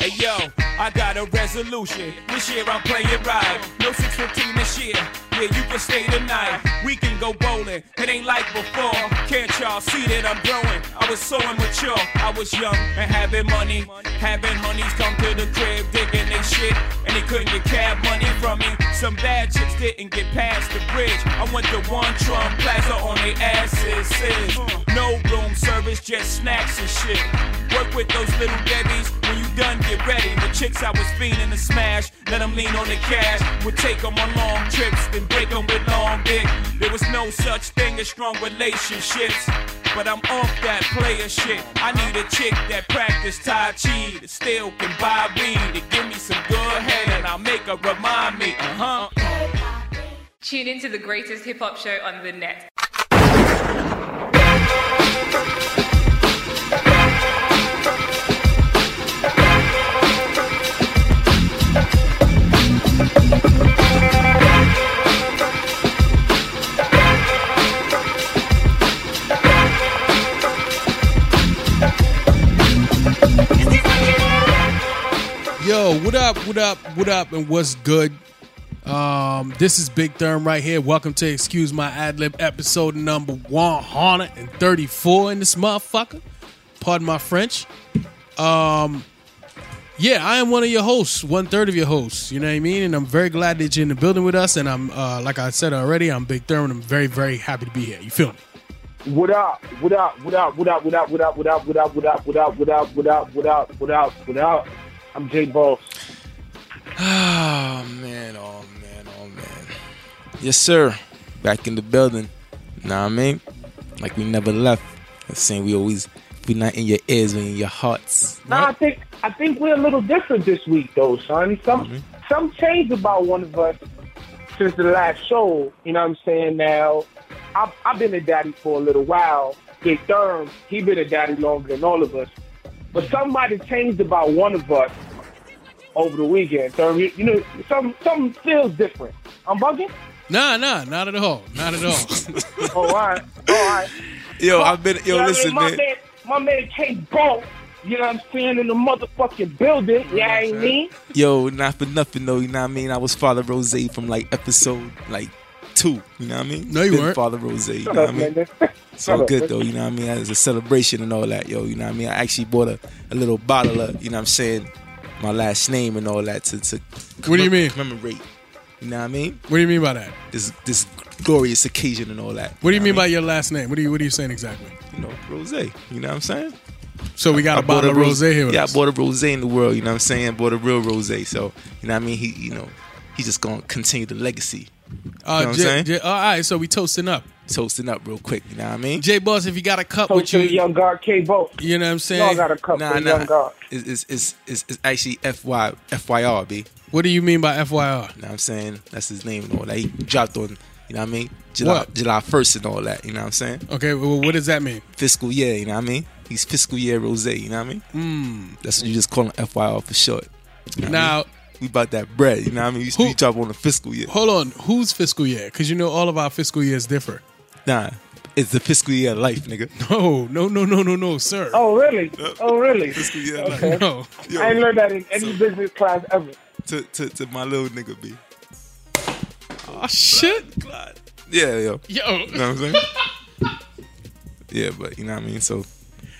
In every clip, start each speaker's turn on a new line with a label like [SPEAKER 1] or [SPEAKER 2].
[SPEAKER 1] Hey yo, I got a resolution. This year I'm playing right. No 615 this year. Yeah, you can stay tonight. We can go bowling. It ain't like before. Can't y'all see that I'm growing? I was so immature. I was young and having money. Having honeys come to the crib digging they shit. And they couldn't get cab money from me. Some bad chicks didn't get past the bridge. I went to one Trump plaza on their asses. sis. No room service, just snacks and shit. Work with those little debbies when you done get ready. The chicks I was fiending to smash, let them lean on the cash. Would take them on long trips, then break them with long dick. There was no such thing as strong relationships. But I'm off that player shit. I need a chick that practice Tai Chi, that still can buy weed, and give me some good head, and I'll make her remind me, uh huh.
[SPEAKER 2] Tune into the greatest hip hop show on the net.
[SPEAKER 3] Yo, what up, what up, what up, and what's good? Um, this is Big Therm right here. Welcome to Excuse My Ad Lib episode number 134 in this motherfucker. Pardon my French. Um, yeah, I am one of your hosts, one third of your hosts, you know what I mean? And I'm very glad that you're in the building with us. And I'm, uh, like I said already, I'm Big Therm and I'm very, very happy to be here. You feel me?
[SPEAKER 4] What up? What up? What up? What up? What up? What up? What up? What up? What up? What up? What up? What up? What up? What up? What up? I'm Jay Boss.
[SPEAKER 5] Oh man, oh man, oh man. Yes, sir. Back in the building. Nah, I mean, like we never left. The same. We always. We not in your ears, we in your hearts.
[SPEAKER 4] Now I think I think we're a little different this week, though, son. Some
[SPEAKER 5] Mm-hmm.
[SPEAKER 4] some change about one of us since the last show. You know what I'm saying? Now I've I've been a daddy for a little while. Big Durham, he been a daddy longer than all of us. But somebody changed about one of us over the weekend. So you, you know, some something feels different. I'm bugging.
[SPEAKER 3] Nah, nah, not at all. Not at all.
[SPEAKER 4] Oh, all right, all right.
[SPEAKER 5] Yo, I've been.
[SPEAKER 4] You
[SPEAKER 5] Yo,
[SPEAKER 4] know what I mean?
[SPEAKER 5] listen,
[SPEAKER 4] my
[SPEAKER 5] man.
[SPEAKER 4] My man can't ball. You know what I'm saying? In the motherfucking building. Yeah, I mean.
[SPEAKER 5] Yo, not for nothing though. You know what I mean? I was Father Rose from like episode like two. You know what I mean?
[SPEAKER 3] No, you
[SPEAKER 5] Been
[SPEAKER 3] weren't.
[SPEAKER 5] Father Rose. You know
[SPEAKER 4] Shut
[SPEAKER 5] what I
[SPEAKER 4] up,
[SPEAKER 5] mean?
[SPEAKER 4] man.
[SPEAKER 5] So good though, you know what I mean? It's a celebration and all that, yo. You know what I mean? I actually bought a, a little bottle of, you know what I'm saying, my last name and all that to to
[SPEAKER 3] What do you mean?
[SPEAKER 5] commemorate. You know what I mean?
[SPEAKER 3] what do you mean by that?
[SPEAKER 5] This this glorious occasion and all that.
[SPEAKER 3] What do you
[SPEAKER 5] know
[SPEAKER 3] mean by
[SPEAKER 5] I
[SPEAKER 3] your last name? What do you What are you saying exactly?
[SPEAKER 5] you know rose? You know what I'm saying?
[SPEAKER 3] So we got a
[SPEAKER 5] bought
[SPEAKER 3] bottle of rose here. with
[SPEAKER 5] Yeah, I
[SPEAKER 3] us.
[SPEAKER 5] bought a rose in the world. You know what I'm saying? bought a real rose. So you know what I mean? He you know he's just gonna continue the legacy.
[SPEAKER 3] Uh,
[SPEAKER 5] You know what I'm
[SPEAKER 3] J-
[SPEAKER 5] saying?
[SPEAKER 3] J- all right, so we toasting up.
[SPEAKER 5] Toasting up real quick. You know what I mean?
[SPEAKER 3] J Boss, if you got a cup
[SPEAKER 4] Coach
[SPEAKER 3] with
[SPEAKER 4] to the
[SPEAKER 3] you,
[SPEAKER 4] young guard, K. Bo.
[SPEAKER 3] you know what I'm
[SPEAKER 4] Y'all
[SPEAKER 3] saying?
[SPEAKER 4] got a cup
[SPEAKER 5] Nah,
[SPEAKER 4] for the young
[SPEAKER 5] nah.
[SPEAKER 4] guard.
[SPEAKER 5] It's, it's, it's, it's, it's actually FY, FYR, B.
[SPEAKER 3] What do you mean by FYR?
[SPEAKER 5] You know what I'm saying? That's his name and all that. He dropped on, you know what I mean? July,
[SPEAKER 3] What?
[SPEAKER 5] July 1st and all that. You know what I'm saying?
[SPEAKER 3] Okay, well, what does that mean?
[SPEAKER 5] Fiscal year, you know what I mean? He's fiscal year rose, you know what I mean? Mm. That's what you just call him FYR for short. You know what I mean?
[SPEAKER 3] Hmm. Now,
[SPEAKER 5] we about that bread, you know what I mean? We,
[SPEAKER 3] Who-
[SPEAKER 5] we drop on the fiscal year.
[SPEAKER 3] hold on. Whose fiscal year? Because you know all of our fiscal years differ.
[SPEAKER 5] Nah, it's the fiscal year of life, nigga.
[SPEAKER 3] No, no, no, no, no, no, sir.
[SPEAKER 4] Oh, really? Oh, really?
[SPEAKER 5] Fiscal year of
[SPEAKER 4] Okay.
[SPEAKER 5] life.
[SPEAKER 3] No.
[SPEAKER 5] Yo,
[SPEAKER 4] I ain't learned that in any
[SPEAKER 5] So-
[SPEAKER 4] business class ever.
[SPEAKER 5] to, to, to my little nigga, B.
[SPEAKER 3] Oh, shit.
[SPEAKER 5] Yeah, yo.
[SPEAKER 3] Yo.
[SPEAKER 5] You know what I'm saying? yeah, but you know what I mean? So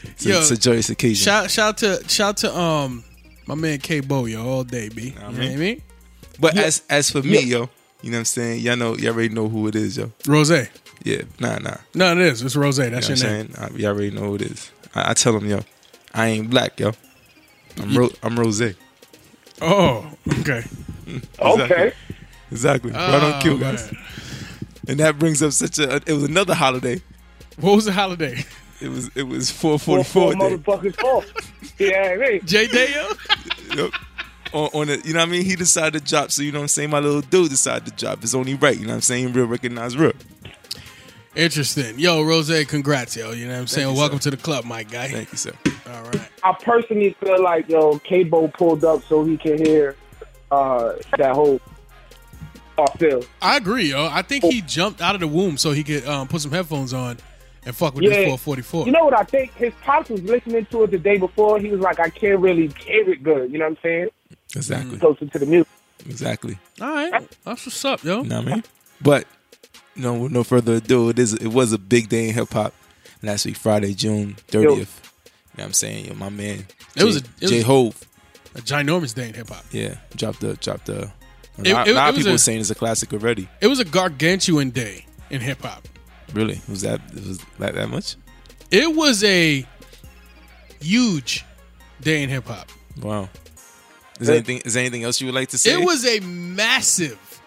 [SPEAKER 5] it's, a,
[SPEAKER 3] Yo,
[SPEAKER 5] it's a joyous occasion.
[SPEAKER 3] Shout, shout to, shout to, um, my man K Bo, yo, all day, B. You know
[SPEAKER 5] I
[SPEAKER 3] what
[SPEAKER 5] mean?
[SPEAKER 3] I mean?
[SPEAKER 5] but as as for me, yo, you know what I'm saying? Y'all know, y'all already know who it is, yo.
[SPEAKER 3] Rose.
[SPEAKER 5] Yeah, nah, nah.
[SPEAKER 3] No, it is. It's Rose.
[SPEAKER 5] You
[SPEAKER 3] That's
[SPEAKER 5] know what
[SPEAKER 3] your
[SPEAKER 5] I'm
[SPEAKER 3] name.
[SPEAKER 5] saying? I, y'all already know who it is. I, I tell them, yo, I ain't black, yo. I'm ro- I'm Rose.
[SPEAKER 3] Oh, okay.
[SPEAKER 4] Okay.
[SPEAKER 5] Exactly. right on cue,
[SPEAKER 3] Oh,
[SPEAKER 5] guys.
[SPEAKER 3] man.
[SPEAKER 5] And that brings up such a. It was another holiday.
[SPEAKER 3] What was the holiday?
[SPEAKER 5] It was it was
[SPEAKER 4] Four,
[SPEAKER 5] 444
[SPEAKER 4] four
[SPEAKER 5] day.
[SPEAKER 4] motherfuckers off. Yeah, I mean.
[SPEAKER 3] J Day, yo?
[SPEAKER 5] Yep. On, on it, you know what I mean? He decided to drop, so you know what I'm saying? My little dude decided to drop. It's only right, you know what I'm saying? Real recognize real.
[SPEAKER 3] Interesting. Yo, Rose, congrats, yo. You know what I'm saying?
[SPEAKER 5] you,
[SPEAKER 3] Welcome to the club, my guy.
[SPEAKER 5] Thank you, sir.
[SPEAKER 3] All right.
[SPEAKER 4] I personally feel like, yo, K. Bo pulled up so he can hear uh, that whole. I feel.
[SPEAKER 3] I agree, yo. I think he jumped out of the womb so he could um, put some headphones on and fuck with
[SPEAKER 4] Yeah.
[SPEAKER 3] this 444.
[SPEAKER 4] You know what I think? His pops was listening to it the day before. He was like, I can't really hear it good. You know what I'm saying?
[SPEAKER 5] Exactly.
[SPEAKER 4] Closer to the music.
[SPEAKER 3] Oh,
[SPEAKER 5] Exactly.
[SPEAKER 3] All right, that's what's up, yo.
[SPEAKER 5] You know what I mean? But no, with no further ado, it is it was a big day in hip hop last week, Friday, June
[SPEAKER 4] Yo.
[SPEAKER 5] thirtieth. You know what I'm saying? Yo, my man.
[SPEAKER 3] It was a- it was-
[SPEAKER 5] J Hove.
[SPEAKER 3] A ginormous day in hip hop.
[SPEAKER 5] Yeah, dropped the dropped the. A
[SPEAKER 3] It-
[SPEAKER 5] lot,
[SPEAKER 3] it-
[SPEAKER 5] a lot
[SPEAKER 3] it
[SPEAKER 5] of
[SPEAKER 3] was
[SPEAKER 5] people
[SPEAKER 3] a-
[SPEAKER 5] saying it's a classic already.
[SPEAKER 3] It was a gargantuan day in hip hop.
[SPEAKER 5] Really? Was that was that that much?
[SPEAKER 3] It was a huge day in hip hop.
[SPEAKER 5] Wow. Is there anything is there anything else you would like to say?
[SPEAKER 3] It was a massive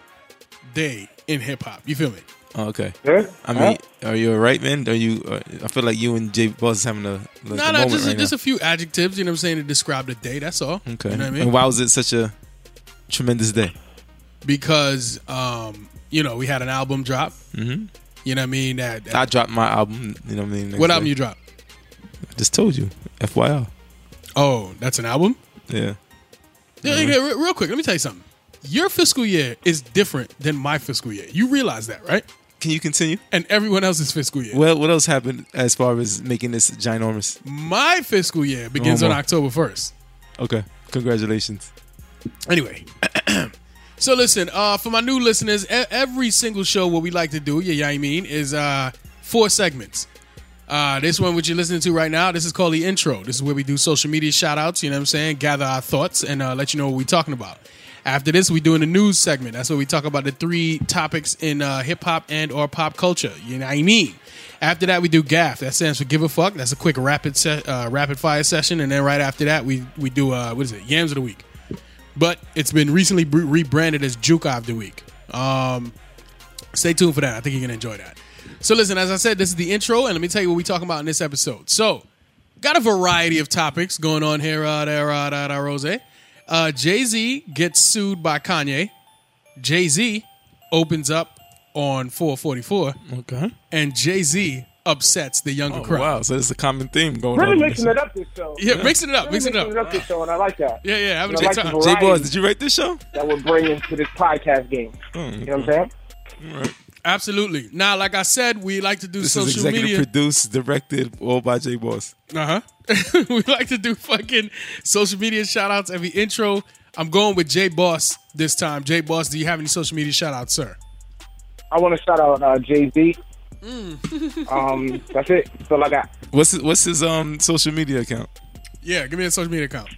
[SPEAKER 3] day in hip hop. You feel me?
[SPEAKER 5] Oh, okay.
[SPEAKER 4] Huh?
[SPEAKER 5] I mean, are you alright, man? Are you? Uh, I feel like you and Jay Boss is having a like,
[SPEAKER 3] No,
[SPEAKER 5] a
[SPEAKER 3] no,
[SPEAKER 5] moment
[SPEAKER 3] just,
[SPEAKER 5] right
[SPEAKER 3] just
[SPEAKER 5] now.
[SPEAKER 3] a few adjectives, you know what I'm saying, to describe the day. That's all.
[SPEAKER 5] okay.
[SPEAKER 3] You know what I mean?
[SPEAKER 5] And why was it such a tremendous day?
[SPEAKER 3] because um, you know we had an album drop. Mm-hmm. You know what I mean? That, that-
[SPEAKER 5] I dropped my album. You know what I mean? next
[SPEAKER 3] what
[SPEAKER 5] day.
[SPEAKER 3] album you dropped?
[SPEAKER 5] I just told you. FYI.
[SPEAKER 3] Oh, that's an album.
[SPEAKER 5] Yeah.
[SPEAKER 3] Yeah,
[SPEAKER 5] Mm-hmm.
[SPEAKER 3] yeah, re- real quick, let me tell you something. Your fiscal year is different than my fiscal year. You realize that, right?
[SPEAKER 5] Can you continue?
[SPEAKER 3] And everyone else's fiscal year.
[SPEAKER 5] Well, what else happened as far as making this ginormous?
[SPEAKER 3] my fiscal year begins
[SPEAKER 5] Oh,
[SPEAKER 3] on
[SPEAKER 5] my.
[SPEAKER 3] October first.
[SPEAKER 5] Okay. Congratulations.
[SPEAKER 3] Anyway. So listen, uh, for my new listeners, e- every single show what we like to do, yeah, yeah, I mean, is uh, four segments. Uh, this one what you're listening to right now, this is called the intro. This is where we do social media shout outs, you know what I'm saying? Gather our thoughts and uh, let you know what we're talking about. After this, we doing the news segment. That's where we talk about the three topics in uh, hip hop and or pop culture. You know what I mean? After that, we do GAF. That stands for Give a Fuck. That's a quick rapid se- uh, rapid fire session, and then right after that, we we do uh, what is it? Yams of the week but it's been recently bre- rebranded as Juke of the Week. Um, stay tuned for that. I think you're gonna enjoy that. So listen, as I said, this is the intro, and let me tell you what we're talking about in this episode. So, got a variety of topics going on here. Uh, there, uh, da, da, Rose. Uh, Jay Z gets sued by Kanye. Jay Z opens up on 444,
[SPEAKER 5] Okay.
[SPEAKER 3] and Jay Z upsets the younger crowd.
[SPEAKER 5] Oh, Wow. So this is a common theme going
[SPEAKER 4] Really
[SPEAKER 5] on.
[SPEAKER 4] mixing it up this show.
[SPEAKER 3] Yeah, mixing it up,
[SPEAKER 4] Really
[SPEAKER 3] mixing it up.
[SPEAKER 4] this show, and I like that.
[SPEAKER 3] Yeah, yeah, having a
[SPEAKER 4] I
[SPEAKER 3] good
[SPEAKER 4] like
[SPEAKER 3] time.
[SPEAKER 4] the
[SPEAKER 5] Jay Boss,
[SPEAKER 4] variety
[SPEAKER 5] did you write this show? Hmm.
[SPEAKER 4] that we're bringing to this podcast game. You know what I'm saying?
[SPEAKER 3] Absolutely. Now, like I said, we like to do
[SPEAKER 5] This
[SPEAKER 3] social
[SPEAKER 5] is executive
[SPEAKER 3] media.
[SPEAKER 5] produced, directed, all by Jay Boss.
[SPEAKER 3] Uh huh. we like to do fucking social media shout outs every intro. I'm going with J Boss this time. J Boss, do you have any social media shout outs, sir?
[SPEAKER 4] I want to shout out uh, Jay Z. um, that's it. That's all I got.
[SPEAKER 5] What's his, what's his um social media account?
[SPEAKER 3] Yeah, give me a social media account.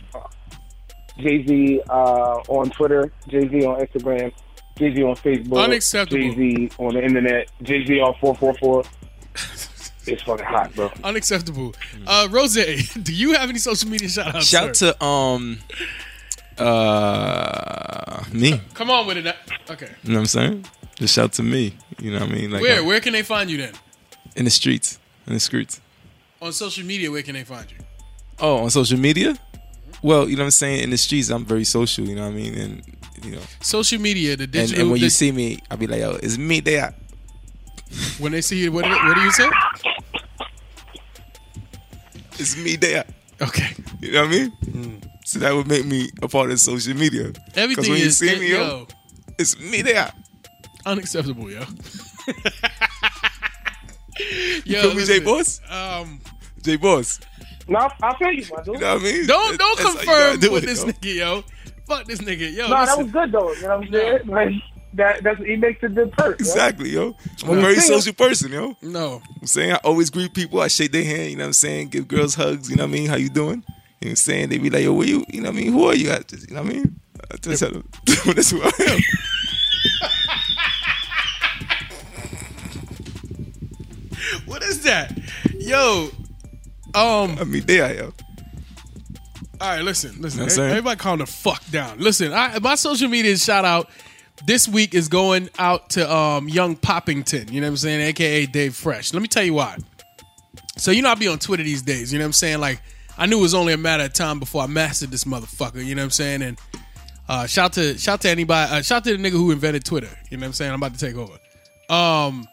[SPEAKER 4] Jay Z uh, on Twitter, Jay Z on Instagram, Jay Z on Facebook,
[SPEAKER 3] Unacceptable.
[SPEAKER 4] Jay Z on the internet, Jay Z on four four four. It's fucking hot, bro.
[SPEAKER 3] Unacceptable. Uh, Rose, do you have any social media shout outs?
[SPEAKER 5] Mm. Shout to um uh me. You
[SPEAKER 3] Come on with it. now. Okay.
[SPEAKER 5] know what I'm saying? Just shout to me. You know what I mean? Like
[SPEAKER 3] Where
[SPEAKER 5] I'm
[SPEAKER 3] where can they find you then?
[SPEAKER 5] in the streets. In the streets.
[SPEAKER 3] On social media, where can they find you?
[SPEAKER 5] Oh, on social media? Well, you know what I'm saying? In the streets, I'm very social, you know what I mean? And you know
[SPEAKER 3] Social media, the
[SPEAKER 5] and,
[SPEAKER 3] digital.
[SPEAKER 5] and when you
[SPEAKER 3] the-
[SPEAKER 5] see me, I'll be like, yo, it's me there.
[SPEAKER 3] when they see you, what, do they- what do you say?
[SPEAKER 5] It's me there.
[SPEAKER 3] Okay.
[SPEAKER 5] You know what I mean? So that would make me a part of social media. 'Cause
[SPEAKER 3] Mm. Everything
[SPEAKER 5] when
[SPEAKER 3] is
[SPEAKER 5] you see me, yo,
[SPEAKER 3] yo,
[SPEAKER 5] it's me there.
[SPEAKER 3] unacceptable, yo. yo,
[SPEAKER 5] Could be J
[SPEAKER 3] listen,
[SPEAKER 5] Boss?
[SPEAKER 3] Um,
[SPEAKER 5] J Boss.
[SPEAKER 4] No, I feel you, my dude.
[SPEAKER 5] You know what I mean?
[SPEAKER 3] Don't don't
[SPEAKER 5] That's how you gotta
[SPEAKER 3] confirm
[SPEAKER 5] do
[SPEAKER 3] with
[SPEAKER 5] it,
[SPEAKER 3] this
[SPEAKER 5] yo.
[SPEAKER 3] nigga, yo. Fuck this nigga, yo.
[SPEAKER 4] No, that
[SPEAKER 3] listen.
[SPEAKER 4] was good though. You know what I'm saying? Like that. That's he makes a good perk. yo.
[SPEAKER 5] Exactly, yo. I'm a very social person, yo.
[SPEAKER 3] no.
[SPEAKER 5] I'm saying I always greet people. I shake their hand. You know what I'm saying? Give girls hugs. You know what I mean? How you doing? You know what I'm saying? They be like, yo, where you? You know what I mean? Who are you? I just, you know what I mean? I just tell them, that's who I am.
[SPEAKER 3] What is that? Yo. Um,
[SPEAKER 5] I mean, they are, yo.
[SPEAKER 3] all right, listen, listen.
[SPEAKER 5] Know what I'm
[SPEAKER 3] Hey,
[SPEAKER 5] saying?
[SPEAKER 3] everybody calm the fuck down. Listen, I, my social media shout out this week is going out to um, Young Poppington, you know what I'm saying? AKA Dave Fresh. Let me tell you why. So, you know, I be on Twitter these days, you know what I'm saying? Like, I knew it was only a matter of time before I mastered this motherfucker, you know what I'm saying? And uh, shout to shout to anybody, uh, shout to the nigga who invented Twitter, you know what I'm saying? I'm about to take over. Um,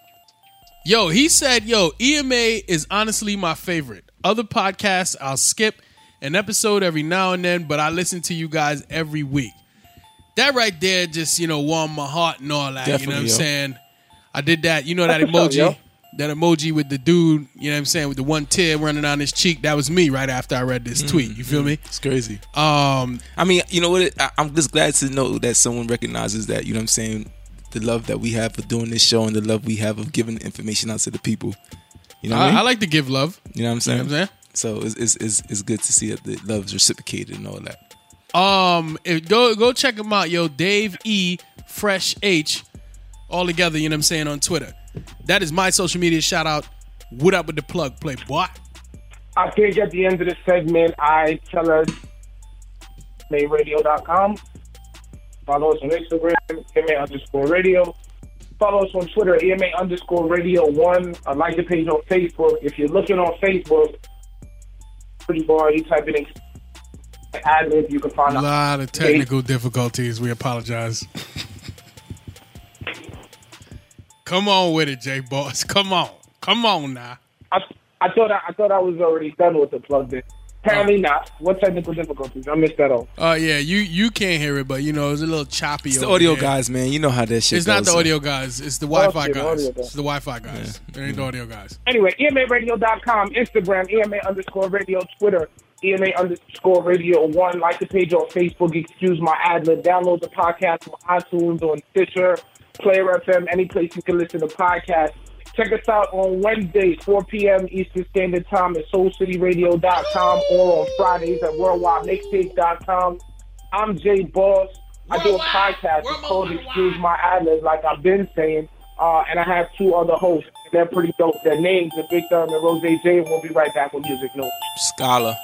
[SPEAKER 3] Yo, he said, yo, EMA is honestly my favorite. Other podcasts, I'll skip an episode every now and then, but I listen to you guys every week. That right there just, you know, warmed my heart and all that. you know
[SPEAKER 5] Definitely,
[SPEAKER 3] what I'm
[SPEAKER 5] yo.
[SPEAKER 3] saying? I did that. You know that
[SPEAKER 4] That's what's up,
[SPEAKER 3] emoji?
[SPEAKER 4] yo.
[SPEAKER 3] that emoji with the dude, you know what I'm saying, with the one tear running down his cheek, that was me right after I read this tweet. You feel me?
[SPEAKER 5] Mm, It's crazy.
[SPEAKER 3] Um,
[SPEAKER 5] I mean, you know what? It, I, I'm just glad to know that someone recognizes that. You know what I'm saying? The love that we have for doing this show and the love we have of giving information out to the people. You know what I, mean?
[SPEAKER 3] I, I like to give love.
[SPEAKER 5] you know what I'm
[SPEAKER 3] Uh-huh. You
[SPEAKER 5] saying?
[SPEAKER 3] know what I'm saying?
[SPEAKER 5] So it's, it's, it's, it's good to see that the love is reciprocated and all that.
[SPEAKER 3] Um, if, go go check him out, yo. Dave E. Fresh H. All together, you know what I'm saying on Twitter. That is my social media shout out. What up with the plug play, boy?
[SPEAKER 4] I think at the end of the segment, I tell us radio.com. Follow us on Instagram, EMA underscore radio. Follow us on Twitter, EMA underscore radio one. I like the page on Facebook. If you're looking on Facebook, pretty bar, you type it in ad lib, you can find
[SPEAKER 3] A
[SPEAKER 4] out.
[SPEAKER 3] lot of technical difficulties. We apologize. Come on with it, J Boss. Come on. Come on now.
[SPEAKER 4] I, I thought I, I thought I was already done with the plug there. Apparently not. What technical difficulties? I missed that all.
[SPEAKER 3] Oh yeah, you you can't hear it, but you know it's a little choppy.
[SPEAKER 5] It's the
[SPEAKER 3] over
[SPEAKER 5] audio
[SPEAKER 3] there.
[SPEAKER 5] guys, man. You know how that shit
[SPEAKER 3] It's not
[SPEAKER 5] goes,
[SPEAKER 3] the
[SPEAKER 5] so-
[SPEAKER 3] audio guys. It's the Wi-Fi
[SPEAKER 4] shit,
[SPEAKER 3] guys.
[SPEAKER 4] audio guys.
[SPEAKER 3] It's the Wi-Fi guys. There ain't the audio guys.
[SPEAKER 4] Anyway, E EMARadio.com, Instagram, EMA underscore radio, Twitter, EMA underscore radio one. Like the page on Facebook, excuse my ad lib. Download the podcast on iTunes, on Stitcher, Player FM, any place you can listen to podcasts. Check us out on Wednesdays, 4 p.m. Eastern Standard Time at SoulCityRadio.com or on Fridays at WorldwideMixtape.com. I'm Jay Boss. I do a podcast. It's called Excuse My Island, like I've been saying. Uh, and I have two other hosts. And they're pretty dope. Their names are Big Thumb and Rose J. And we'll be right back with Music Notes.
[SPEAKER 5] Scholar.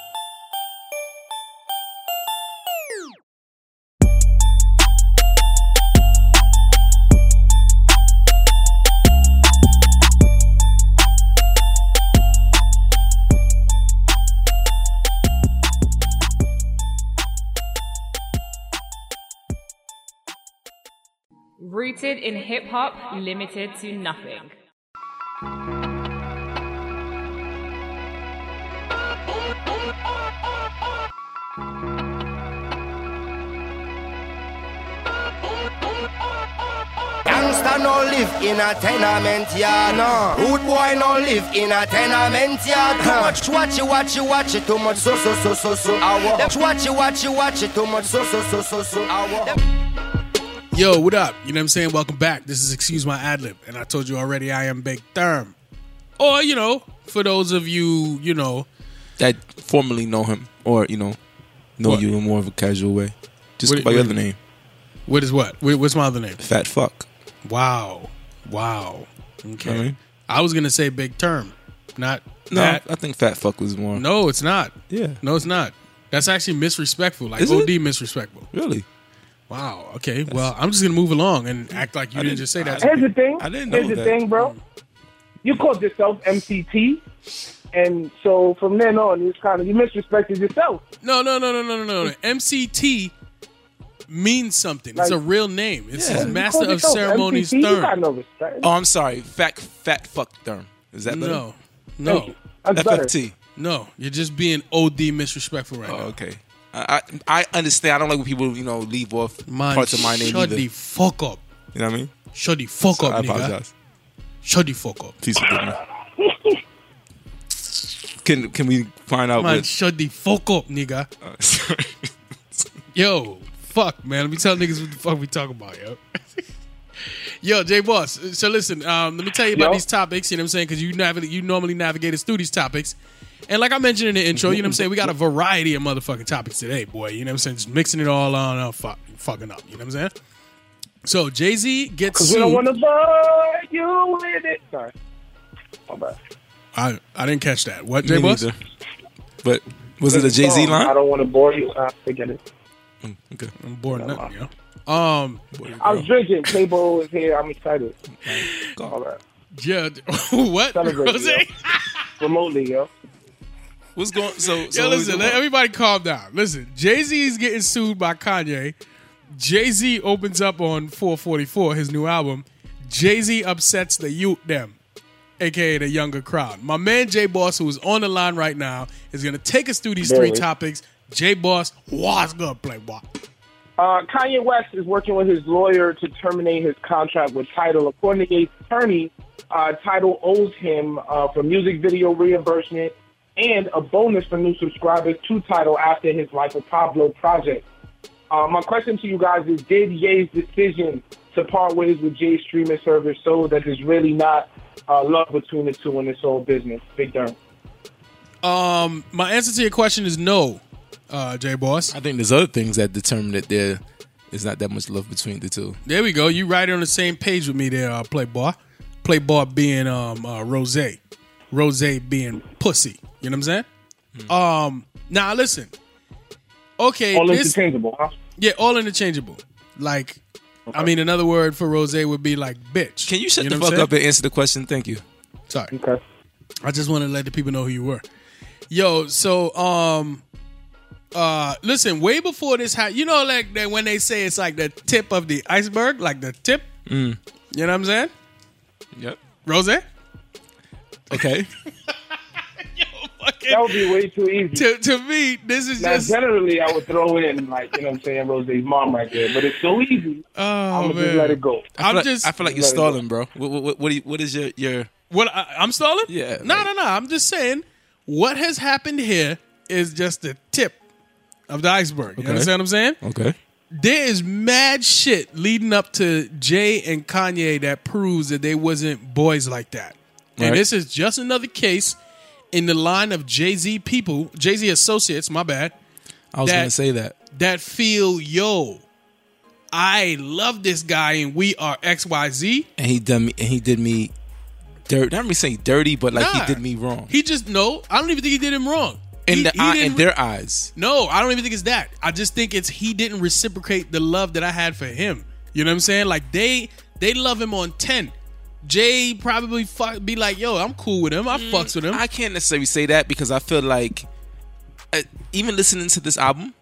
[SPEAKER 2] Rooted in hip hop, limited to nothing.
[SPEAKER 6] Gangsta no live in a tenement yard. No. Rude boy no live in a tenement yard. Too much watch you watch you watch it too much so so so so so. Awo. Them Watch you watch you watch it too much so so so so so. Awo. Them
[SPEAKER 3] Yo, what up? You know what I'm saying? Welcome back. This is Excuse My Ad Lib. And I told you already, I am Big Therm. Or, you know, for those of you, you know,
[SPEAKER 5] That formerly know him or, you know, know
[SPEAKER 3] What?
[SPEAKER 5] you in more of a casual way. Just
[SPEAKER 3] What-
[SPEAKER 5] by your
[SPEAKER 3] what-
[SPEAKER 5] other name.
[SPEAKER 3] what is what? What- What's my other name?
[SPEAKER 5] Fat fuck.
[SPEAKER 3] Wow. Wow. Okay.
[SPEAKER 5] I mean?
[SPEAKER 3] I was going to say Big Term. Not
[SPEAKER 5] No,
[SPEAKER 3] that.
[SPEAKER 5] I think fat fuck was more.
[SPEAKER 3] No, it's not.
[SPEAKER 5] Yeah.
[SPEAKER 3] No, it's not. That's actually misrespectful. Like
[SPEAKER 5] Is
[SPEAKER 3] OD
[SPEAKER 5] it?
[SPEAKER 3] misrespectful.
[SPEAKER 5] Really?
[SPEAKER 3] Wow. Okay. well, I'm just going to move along and act like you
[SPEAKER 5] I
[SPEAKER 3] didn't,
[SPEAKER 5] didn't-
[SPEAKER 3] just say
[SPEAKER 5] I
[SPEAKER 3] that.
[SPEAKER 4] Here's the thing.
[SPEAKER 5] I didn't know
[SPEAKER 4] Here's the
[SPEAKER 5] that.
[SPEAKER 4] thing, bro. You called yourself MCT. And so from then on, it's kind of, you misrespected yourself.
[SPEAKER 3] No, no, no, no, no, no, no. MCT means something. it's
[SPEAKER 4] Like-
[SPEAKER 3] a real name. It's
[SPEAKER 5] Yeah.
[SPEAKER 3] it's
[SPEAKER 5] You
[SPEAKER 4] You
[SPEAKER 3] Master
[SPEAKER 4] called
[SPEAKER 3] of
[SPEAKER 4] yourself
[SPEAKER 3] Ceremonies
[SPEAKER 4] MCT, You got
[SPEAKER 3] Thurm.
[SPEAKER 4] no respect.
[SPEAKER 5] Oh, I'm sorry. Fat fat fuck Therm. Is that better?
[SPEAKER 3] No,
[SPEAKER 4] Thank
[SPEAKER 3] no,
[SPEAKER 4] you. That's better.
[SPEAKER 5] FFT.
[SPEAKER 3] no. You're just being OD disrespectful right
[SPEAKER 5] Oh,
[SPEAKER 3] now.
[SPEAKER 5] okay. I, I I understand. I don't like when people you know leave off
[SPEAKER 3] Man,
[SPEAKER 5] parts of my name
[SPEAKER 3] shut
[SPEAKER 5] either.
[SPEAKER 3] the
[SPEAKER 5] You
[SPEAKER 3] fuck up.
[SPEAKER 5] know what I mean?
[SPEAKER 3] Shut the fuck
[SPEAKER 5] So I
[SPEAKER 3] up, nigga.
[SPEAKER 5] apologize.
[SPEAKER 3] Shut the fuck up.
[SPEAKER 5] Please forgive me. Can can we find out
[SPEAKER 3] Man,
[SPEAKER 5] what?
[SPEAKER 3] shut the fuck up, nigga.
[SPEAKER 5] uh, sorry.
[SPEAKER 3] Yo, fuck, man. Let me tell niggas what the fuck we talking about, yo. yo, J Boss. So listen, um, let me tell you about
[SPEAKER 4] Yo.
[SPEAKER 3] these topics. You know what I'm saying? Because you navigate, you normally navigate us through these topics. And like I mentioned in the intro, you know what I'm saying? We got a variety of motherfucking topics today, boy. You know what I'm saying? Just mixing it all on up, fuck, fucking up. You know what I'm saying? So Jay Z gets
[SPEAKER 4] Because we don't
[SPEAKER 3] sued.
[SPEAKER 4] want to bore you with it. Sorry. My bad.
[SPEAKER 3] I I didn't catch that. What J
[SPEAKER 5] Me
[SPEAKER 3] Boss?
[SPEAKER 5] neither. But was it a Jay Z
[SPEAKER 4] Oh, I
[SPEAKER 5] line?
[SPEAKER 4] don't want to bore you. Uh, forget it.
[SPEAKER 5] Okay.
[SPEAKER 3] I'm bored of nothing, yo. Um,
[SPEAKER 5] Oh.
[SPEAKER 4] I'm drinking. Cable is here. I'm excited. All right.
[SPEAKER 3] yeah. what?
[SPEAKER 4] Celebrate,
[SPEAKER 3] Rose?
[SPEAKER 4] yo. Remotely, yo.
[SPEAKER 5] What's going? So so
[SPEAKER 3] Yo,
[SPEAKER 5] what we
[SPEAKER 3] listen,
[SPEAKER 5] doing?
[SPEAKER 3] let everybody calm down. Listen, Jay Z is getting sued by Kanye. Jay Z opens up on 444, his new album. Jay Z upsets the youth them, aka the younger crowd. My man Jay Boss, who is on the line right now, is gonna take us through these three
[SPEAKER 4] Boy.
[SPEAKER 3] topics. Jay Boss, what's good, Playboy?
[SPEAKER 4] Uh, Kanye West is working with his lawyer to terminate his contract with Title. According to Ye's attorney, uh, title owes him uh, for music video reimbursement and a bonus for new subscribers to title after his Michael Pablo project. Uh, my question to you guys is: Did Ye's decision to part ways with Jay's streaming service so that there's really not uh, love between the two in this whole business? Big Durham.
[SPEAKER 3] Um, my answer to your question is no, uh, J Boss.
[SPEAKER 5] I think there's other things that determine that there is not that much love between the two.
[SPEAKER 3] There we go. You right on the same page with me there, uh, Playboy. Playboy being um uh, Rose, Rose being pussy. You know what I'm saying? Um, now listen. Okay,
[SPEAKER 4] All
[SPEAKER 3] this
[SPEAKER 4] interchangeable, huh?
[SPEAKER 3] yeah, all interchangeable. Like, I mean, another word for Rose would be like bitch.
[SPEAKER 5] Can you shut
[SPEAKER 3] know
[SPEAKER 5] the
[SPEAKER 3] what
[SPEAKER 5] fuck
[SPEAKER 3] I'm
[SPEAKER 5] up
[SPEAKER 3] saying?
[SPEAKER 5] and answer the question? Thank you.
[SPEAKER 3] Sorry.
[SPEAKER 4] Okay.
[SPEAKER 3] I just wanted to let the people know who you were. Yo, so um uh listen, way before this happened, you know like that when they say it's like the tip of the iceberg, like the tip.
[SPEAKER 5] Mm.
[SPEAKER 3] You know what I'm saying?
[SPEAKER 5] Yep.
[SPEAKER 3] Rose?
[SPEAKER 5] Okay.
[SPEAKER 4] That would be way too easy.
[SPEAKER 3] To, to me, this is
[SPEAKER 4] Now,
[SPEAKER 3] just
[SPEAKER 4] generally, I would throw in, like, you know what I'm saying, Rose's mom right there. But it's so easy. I'm
[SPEAKER 3] oh
[SPEAKER 4] going to just
[SPEAKER 3] man.
[SPEAKER 4] let it go.
[SPEAKER 5] I feel
[SPEAKER 3] I'm
[SPEAKER 5] like,
[SPEAKER 3] just
[SPEAKER 5] I feel like you're
[SPEAKER 4] Let it go.
[SPEAKER 5] stalling, bro. What what what, what, do you, what is your your
[SPEAKER 3] what I, I'm stalling?
[SPEAKER 5] Yeah,
[SPEAKER 3] No,
[SPEAKER 5] like-
[SPEAKER 3] no, no. I'm just saying what has happened here is just the tip of the iceberg. You
[SPEAKER 5] Okay.
[SPEAKER 3] understand what I'm saying?
[SPEAKER 5] okay?
[SPEAKER 3] there is mad shit leading up to Jay and Kanye that proves that they wasn't boys like that.
[SPEAKER 5] Right.
[SPEAKER 3] And this is just another case in the line of Jay Z people, Jay Z associates, my bad,
[SPEAKER 5] I was
[SPEAKER 3] That-
[SPEAKER 5] gonna say that.
[SPEAKER 3] that feel, yo, I love this guy and we are XYZ.
[SPEAKER 5] and he done me and he did me dirt. Not really say dirty, but like
[SPEAKER 3] Nah.
[SPEAKER 5] he did me wrong.
[SPEAKER 3] He just, no, I don't even think he did him wrong.
[SPEAKER 5] in
[SPEAKER 3] He-
[SPEAKER 5] the
[SPEAKER 3] he
[SPEAKER 5] eye, in
[SPEAKER 3] didn't-
[SPEAKER 5] their eyes.
[SPEAKER 3] No, I don't even think it's that. I just think it's he didn't reciprocate the love that I had for him. You know what I'm saying? Like they they love him on ten. Jay probably fuck, be like, "Yo, I'm cool with him. I fucks with him."
[SPEAKER 5] Mm, I can't necessarily say that because I feel like uh, even listening to this album,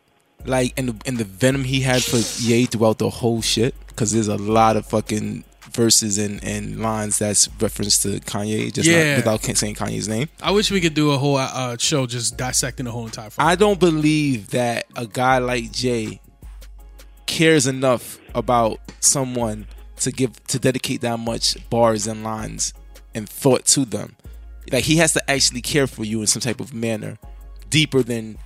[SPEAKER 5] like and the, and the venom he had for Ye throughout the whole shit, because there's a lot of fucking verses and, and lines that's reference to Kanye, just
[SPEAKER 3] Yeah.
[SPEAKER 5] not, without can- saying Kanye's name.
[SPEAKER 3] I wish we could do a whole uh, show just dissecting the whole entire. Fucking.
[SPEAKER 5] I don't believe that a guy like Jay cares enough about someone to give to dedicate that much bars and lines and thought to them. Like he has to actually care for you in some type of manner, deeper than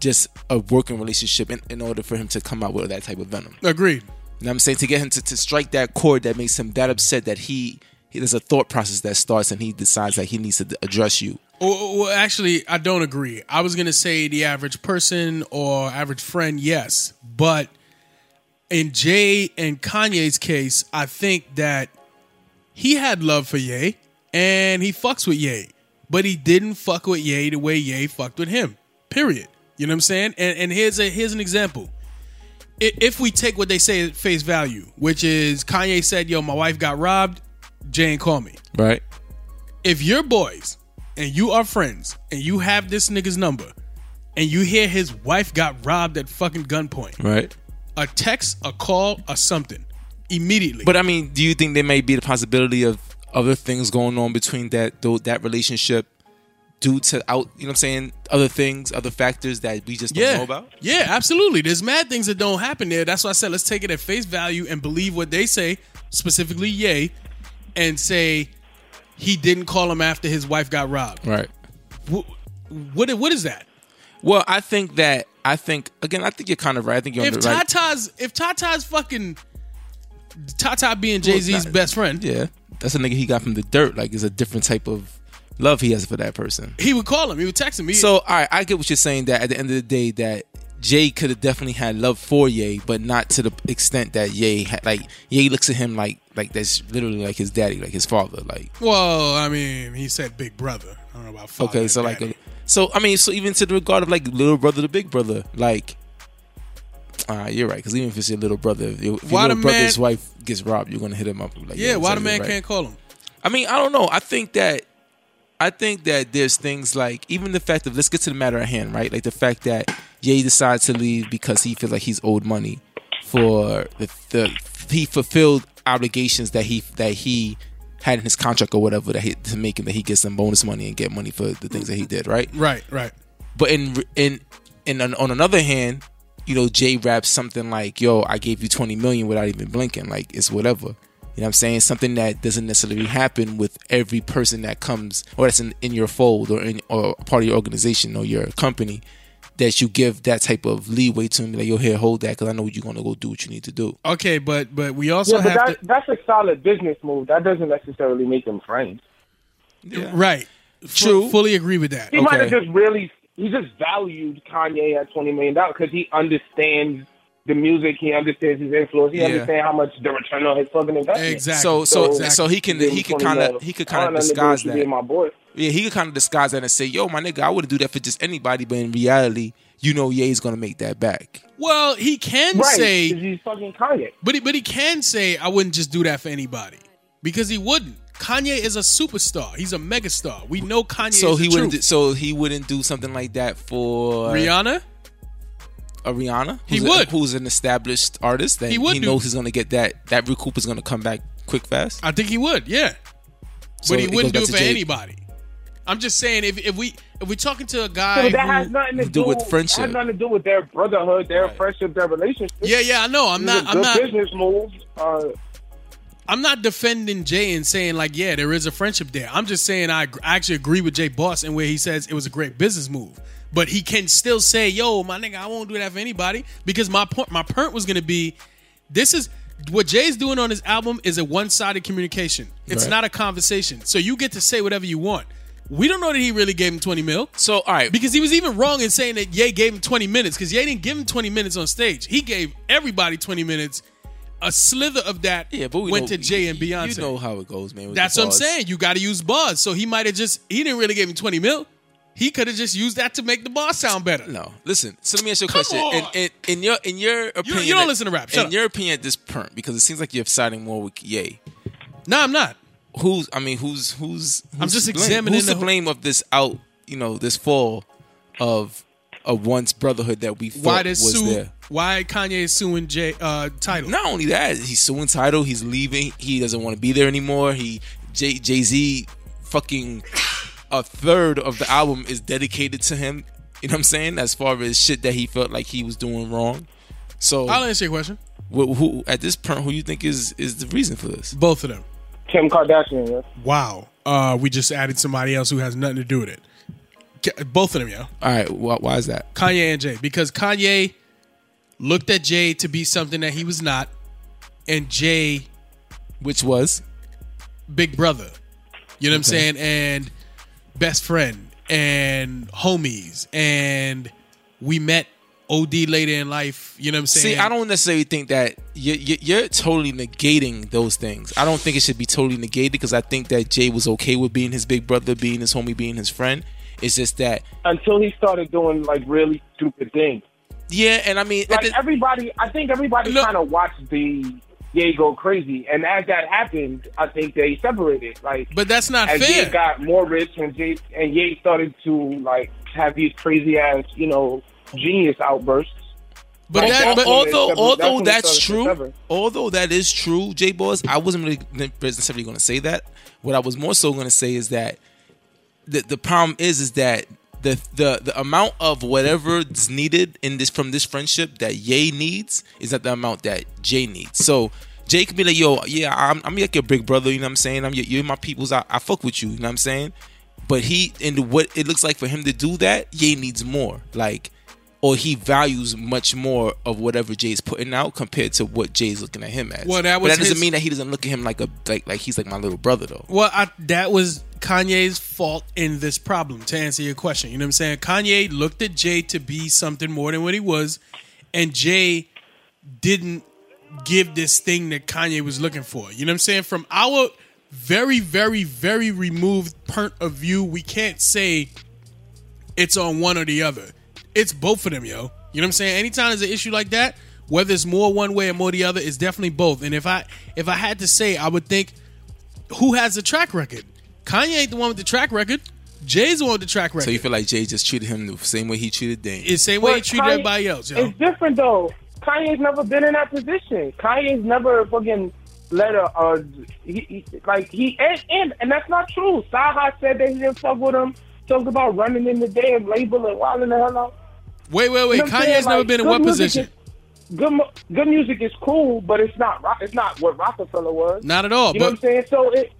[SPEAKER 5] just a working relationship in, in order for him to come out with that type of venom.
[SPEAKER 3] Agreed.
[SPEAKER 5] You know what I'm saying? To get him to, to strike that chord that makes him that upset that he, he there's a thought process that starts and he decides that he needs to address you.
[SPEAKER 3] Well, well, actually, I don't agree. I was gonna say the average person or average friend, yes, but in Jay and Kanye's case, I think that he had love for Ye and he fucks with Ye, but he didn't fuck with Ye the way Ye fucked with him. Period. You know what I'm saying? And, and here's a here's an example. I- If we take what they say at face value, which is Kanye said, "Yo, my wife got robbed," Jay ain't call me
[SPEAKER 5] Right.
[SPEAKER 3] if you're boys and you are friends and you have this nigga's number and you hear his wife got robbed at fucking gunpoint,
[SPEAKER 5] Right.
[SPEAKER 3] a text, a call, or something immediately.
[SPEAKER 5] But I mean, do you think there may be the possibility of other things going on between that tho- that relationship due to out you know what I'm saying other things, other factors that we just don't
[SPEAKER 3] yeah,
[SPEAKER 5] know about?
[SPEAKER 3] yeah, absolutely. There's mad things that don't happen there. That's why I said let's take it at face value and believe what they say, specifically Yay, and say he didn't call him after his wife got robbed.
[SPEAKER 5] Right.
[SPEAKER 3] What what, what is that?
[SPEAKER 5] Well, I think that I think again, I think you're kind of right. I think you're on
[SPEAKER 3] If
[SPEAKER 5] the right.
[SPEAKER 3] Tata's if Tata's fucking Tata being Jay Z's
[SPEAKER 5] not-
[SPEAKER 3] best friend,
[SPEAKER 5] yeah, that's a nigga he got from the dirt. Like, it's a different type of love he has for that person.
[SPEAKER 3] he would call him. He would text him. He,
[SPEAKER 5] So, all right, I get what you're saying. That at the end of the day, that Jay could have definitely had love for Ye, but not to the extent that Ye had. Like, Ye looks at him like like that's literally like his daddy, like his father. Like,
[SPEAKER 3] well, I mean, he said big brother. I don't know about father
[SPEAKER 5] Okay,
[SPEAKER 3] and
[SPEAKER 5] so like,
[SPEAKER 3] daddy.
[SPEAKER 5] a, so I mean, so even to the regard of like little brother to big brother, like, ah, you're right. Because even if it's your little brother, if, your- if your
[SPEAKER 3] Why the
[SPEAKER 5] little brother's
[SPEAKER 3] man-
[SPEAKER 5] wife gets robbed, you're gonna hit him up. Like,
[SPEAKER 3] yeah,
[SPEAKER 5] yo,
[SPEAKER 3] why the
[SPEAKER 5] Zay,
[SPEAKER 3] man
[SPEAKER 5] right?
[SPEAKER 3] can't call him?
[SPEAKER 5] I mean, I don't know. I think that, I think that there's things like even the fact of let's get to the matter at hand, right? Like the fact that Ye decides to leave because he feels like he's owed money for the, the he fulfilled obligations that he that he had in his contract or whatever that he, to make him that he gets some bonus money and get money for the things that he did, right?
[SPEAKER 3] Right, right.
[SPEAKER 5] But in in in on, on another hand, you know, Jay raps something like, "Yo, I gave you twenty million without even blinking. Like it's whatever." You know what I'm saying? Something that doesn't necessarily happen with every person that comes or that's in, in your fold or in or part of your organization or your company that you give that type of leeway to me like, yo, here, hold that because I know you're going to go do what you need to do.
[SPEAKER 3] Okay, but but we also
[SPEAKER 4] Yeah, but
[SPEAKER 3] have
[SPEAKER 4] that,
[SPEAKER 3] to
[SPEAKER 4] that's a solid business move. That doesn't necessarily make him friends.
[SPEAKER 3] right.
[SPEAKER 5] True.
[SPEAKER 3] fully agree with that.
[SPEAKER 4] He might have
[SPEAKER 5] Okay.
[SPEAKER 4] just really he just valued Kanye at twenty million dollars because he understands the music, he understands his influence, he
[SPEAKER 5] Yeah.
[SPEAKER 4] understands how much the return on his fucking investment.
[SPEAKER 3] Exactly.
[SPEAKER 5] So so
[SPEAKER 4] Exactly.
[SPEAKER 5] so he can he can kind of he could kind of disguise that.
[SPEAKER 4] My boy.
[SPEAKER 5] Yeah, he could kind of disguise that and say, "Yo, my nigga, I would do that for just anybody," but in reality, you know, Ye's gonna make that back.
[SPEAKER 3] Well, he can
[SPEAKER 4] Right,
[SPEAKER 3] say
[SPEAKER 4] 'cause he's fucking Kanye.
[SPEAKER 3] But he, but he can say I wouldn't just do that for anybody because he wouldn't. Kanye is a superstar. He's a megastar. We know Kanye.
[SPEAKER 5] So
[SPEAKER 3] is
[SPEAKER 5] he
[SPEAKER 3] the
[SPEAKER 5] wouldn't.
[SPEAKER 3] truth.
[SPEAKER 5] Do, so he wouldn't do something like that for
[SPEAKER 3] Rihanna.
[SPEAKER 5] a Rihanna.
[SPEAKER 3] He
[SPEAKER 5] Who's a-
[SPEAKER 3] would.
[SPEAKER 5] who's an established artist that
[SPEAKER 3] He
[SPEAKER 5] he,
[SPEAKER 3] would do.
[SPEAKER 5] knows he's gonna get that. That recoup is gonna come back quick, fast.
[SPEAKER 3] I think he would. Yeah,
[SPEAKER 5] So
[SPEAKER 3] but he
[SPEAKER 5] it
[SPEAKER 3] wouldn't do
[SPEAKER 5] goes
[SPEAKER 3] it
[SPEAKER 5] back
[SPEAKER 3] for
[SPEAKER 5] to Jay.
[SPEAKER 3] anybody. I'm just saying if if we if we're talking to a
[SPEAKER 4] So
[SPEAKER 3] guy,
[SPEAKER 4] that has
[SPEAKER 3] who-
[SPEAKER 4] nothing to
[SPEAKER 5] do with friendship.
[SPEAKER 4] Has nothing to do with their brotherhood, their
[SPEAKER 5] Right.
[SPEAKER 4] friendship, their relationship.
[SPEAKER 3] yeah, yeah, I know. I'm
[SPEAKER 4] These
[SPEAKER 3] not.
[SPEAKER 4] are
[SPEAKER 3] I'm
[SPEAKER 4] good
[SPEAKER 3] not.
[SPEAKER 4] business moves. Uh,
[SPEAKER 3] I'm not defending Jay and saying like, yeah, there is a friendship there. I'm just saying I, ag- I actually agree with Jay Boss and where he says it was a great business move. But he can still say, yo, my nigga, I won't do that for anybody because my point, my point was gonna be, this is what Jay's doing on his album is a one sided communication. It's
[SPEAKER 5] Right.
[SPEAKER 3] not a conversation, so you get to say whatever you want. We don't know that he really gave him 20 mil.
[SPEAKER 5] So all right,
[SPEAKER 3] Because he was even wrong in saying that Ye gave him 20 minutes because Ye didn't give him 20 minutes on stage. He gave everybody 20 minutes. A slither of that
[SPEAKER 5] yeah, but we
[SPEAKER 3] went
[SPEAKER 5] know-
[SPEAKER 3] to Jay and
[SPEAKER 5] you-
[SPEAKER 3] Beyonce.
[SPEAKER 5] You know how it goes, man. with
[SPEAKER 3] That's
[SPEAKER 5] the
[SPEAKER 3] what I'm
[SPEAKER 5] bars.
[SPEAKER 3] saying. You got to use buzz. So he might have just, he didn't really give him 20 mil. He could have just used that to make the bar sound better.
[SPEAKER 5] No, listen. So let me ask you a
[SPEAKER 3] Come
[SPEAKER 5] question.
[SPEAKER 3] on.
[SPEAKER 5] In, in, in your in your opinion,
[SPEAKER 3] you don't listen to rap. Shut
[SPEAKER 5] in
[SPEAKER 3] up.
[SPEAKER 5] your opinion, at this point, because it seems like you're siding more with Ye.
[SPEAKER 3] No, I'm not.
[SPEAKER 5] who's I mean who's who's, who's
[SPEAKER 3] I'm just
[SPEAKER 5] to blame?
[SPEAKER 3] examining
[SPEAKER 5] who's
[SPEAKER 3] the
[SPEAKER 5] to
[SPEAKER 3] whole-
[SPEAKER 5] blame of this out you know this fall of of once brotherhood that we thought
[SPEAKER 3] Why they
[SPEAKER 5] was
[SPEAKER 3] sue,
[SPEAKER 5] there.
[SPEAKER 3] why Kanye is suing Jay, uh, title.
[SPEAKER 5] Not only that, he's suing title. He's leaving. He doesn't want to be there anymore. He Jay Jay Z fucking a third of the album is dedicated to him. You know what I'm saying? As far as shit that he felt like he was doing wrong. So
[SPEAKER 3] I'll answer your question.
[SPEAKER 5] wh- who at this point who you think is is the reason for this?
[SPEAKER 3] Both of them.
[SPEAKER 4] Kim Kardashian. yeah.
[SPEAKER 3] Wow. Uh, we just added somebody else who has nothing to do with it. K- Both of them, yo.
[SPEAKER 5] All right, wh- why is that?
[SPEAKER 3] Kanye and Jay because Kanye looked at Jay to be something that he was not, and Jay
[SPEAKER 5] Which was
[SPEAKER 3] big brother. You know what I'm saying? And best friend and homies and we met OD later in life. You know what I'm saying?
[SPEAKER 5] See, I don't necessarily think that you're, you're totally negating those things. I don't think it should be totally negated because I think that Jay was okay with being his big brother, being his homie, being his friend. It's just that,
[SPEAKER 4] Until he started doing like really stupid things.
[SPEAKER 5] yeah, and I mean, at
[SPEAKER 4] Like
[SPEAKER 5] the-
[SPEAKER 4] everybody, I think everybody
[SPEAKER 5] Look-
[SPEAKER 4] kind of watched the Ye go crazy, and as that happened, I think they separated. Like,
[SPEAKER 3] But that's not
[SPEAKER 4] as Ye
[SPEAKER 3] fair.
[SPEAKER 4] got more rich, and Ye and Ye started to like have these crazy ass, you know, genius outbursts.
[SPEAKER 3] but
[SPEAKER 4] like,
[SPEAKER 3] that,
[SPEAKER 4] all-
[SPEAKER 3] but,
[SPEAKER 4] all-
[SPEAKER 5] although
[SPEAKER 4] That's what-
[SPEAKER 5] although
[SPEAKER 4] that's what
[SPEAKER 5] that's
[SPEAKER 4] started
[SPEAKER 5] true,
[SPEAKER 4] the sever.
[SPEAKER 5] although that is true, J Boss, I wasn't really necessarily going to say that. What I was more so going to say is that the the problem is is that the the the amount of whatever's needed in this from this friendship that Ye needs is not the amount that Jay needs. So. Jay could be like, yo, yeah, I'm, I'm like your big brother, you know what I'm saying? I'm your, you're my people's, I, I fuck with you, you know what I'm saying? But he, and what it looks like for him to do that, Ye needs more. Like, or he values much more of whatever Jay's putting out compared to what Jay's looking at him as.
[SPEAKER 3] Well, that
[SPEAKER 5] But
[SPEAKER 3] was
[SPEAKER 5] that doesn't
[SPEAKER 3] his-
[SPEAKER 5] mean that he doesn't look at him like a like like he's like my little brother though.
[SPEAKER 3] well, I, that was Kanye's fault in this problem. To answer your question, you know what I'm saying? Kanye looked at Jay to be something more than what he was, and Jay didn't give this thing that Kanye was looking for. You know what I'm saying? From our very, very, very removed point of view, we can't say it's on one or the other. It's both of them, yo. You know what I'm saying? Anytime there's an issue like that, whether it's more one way or more the other, it's definitely both. And if I if I had to say, I would think who has the track record? Kanye ain't the one with the track record. Jay's the one with the track record.
[SPEAKER 5] So you feel like Jay just treated him the same way he treated Dane.
[SPEAKER 3] it's the same way he
[SPEAKER 4] But
[SPEAKER 3] treated
[SPEAKER 4] Kanye-
[SPEAKER 3] everybody else, yo.
[SPEAKER 4] It's different though. Kanye's never been in that position. Kanye's never fucking let a uh, he, he, like he and, and and that's not true. Saha said that he didn't fuck with him. Talked about running in the damn label and wilding the hell out.
[SPEAKER 3] Wait, wait, wait.
[SPEAKER 4] You know what I'm
[SPEAKER 3] Kanye's
[SPEAKER 4] saying?
[SPEAKER 3] never
[SPEAKER 4] Like,
[SPEAKER 3] been in
[SPEAKER 4] good
[SPEAKER 3] what
[SPEAKER 4] music
[SPEAKER 3] position?
[SPEAKER 4] is- good mu- good music is cool, but it's not Ro- it's not what Rockefeller was.
[SPEAKER 3] Not at all.
[SPEAKER 5] Oh,
[SPEAKER 4] You know what I'm
[SPEAKER 3] but
[SPEAKER 4] saying? So it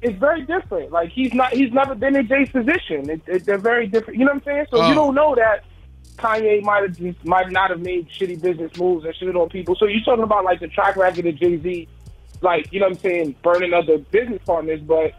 [SPEAKER 4] it's very different. Like he's not he's never been in Jay's position. It, it, they're very different. You know what I'm saying? So
[SPEAKER 3] Oh.
[SPEAKER 4] you don't know that Kanye might have just- might not have made shitty business moves and shit on people. So you're talking about like the track record of Jay Z, like you know what I'm saying, burning other business partners, but.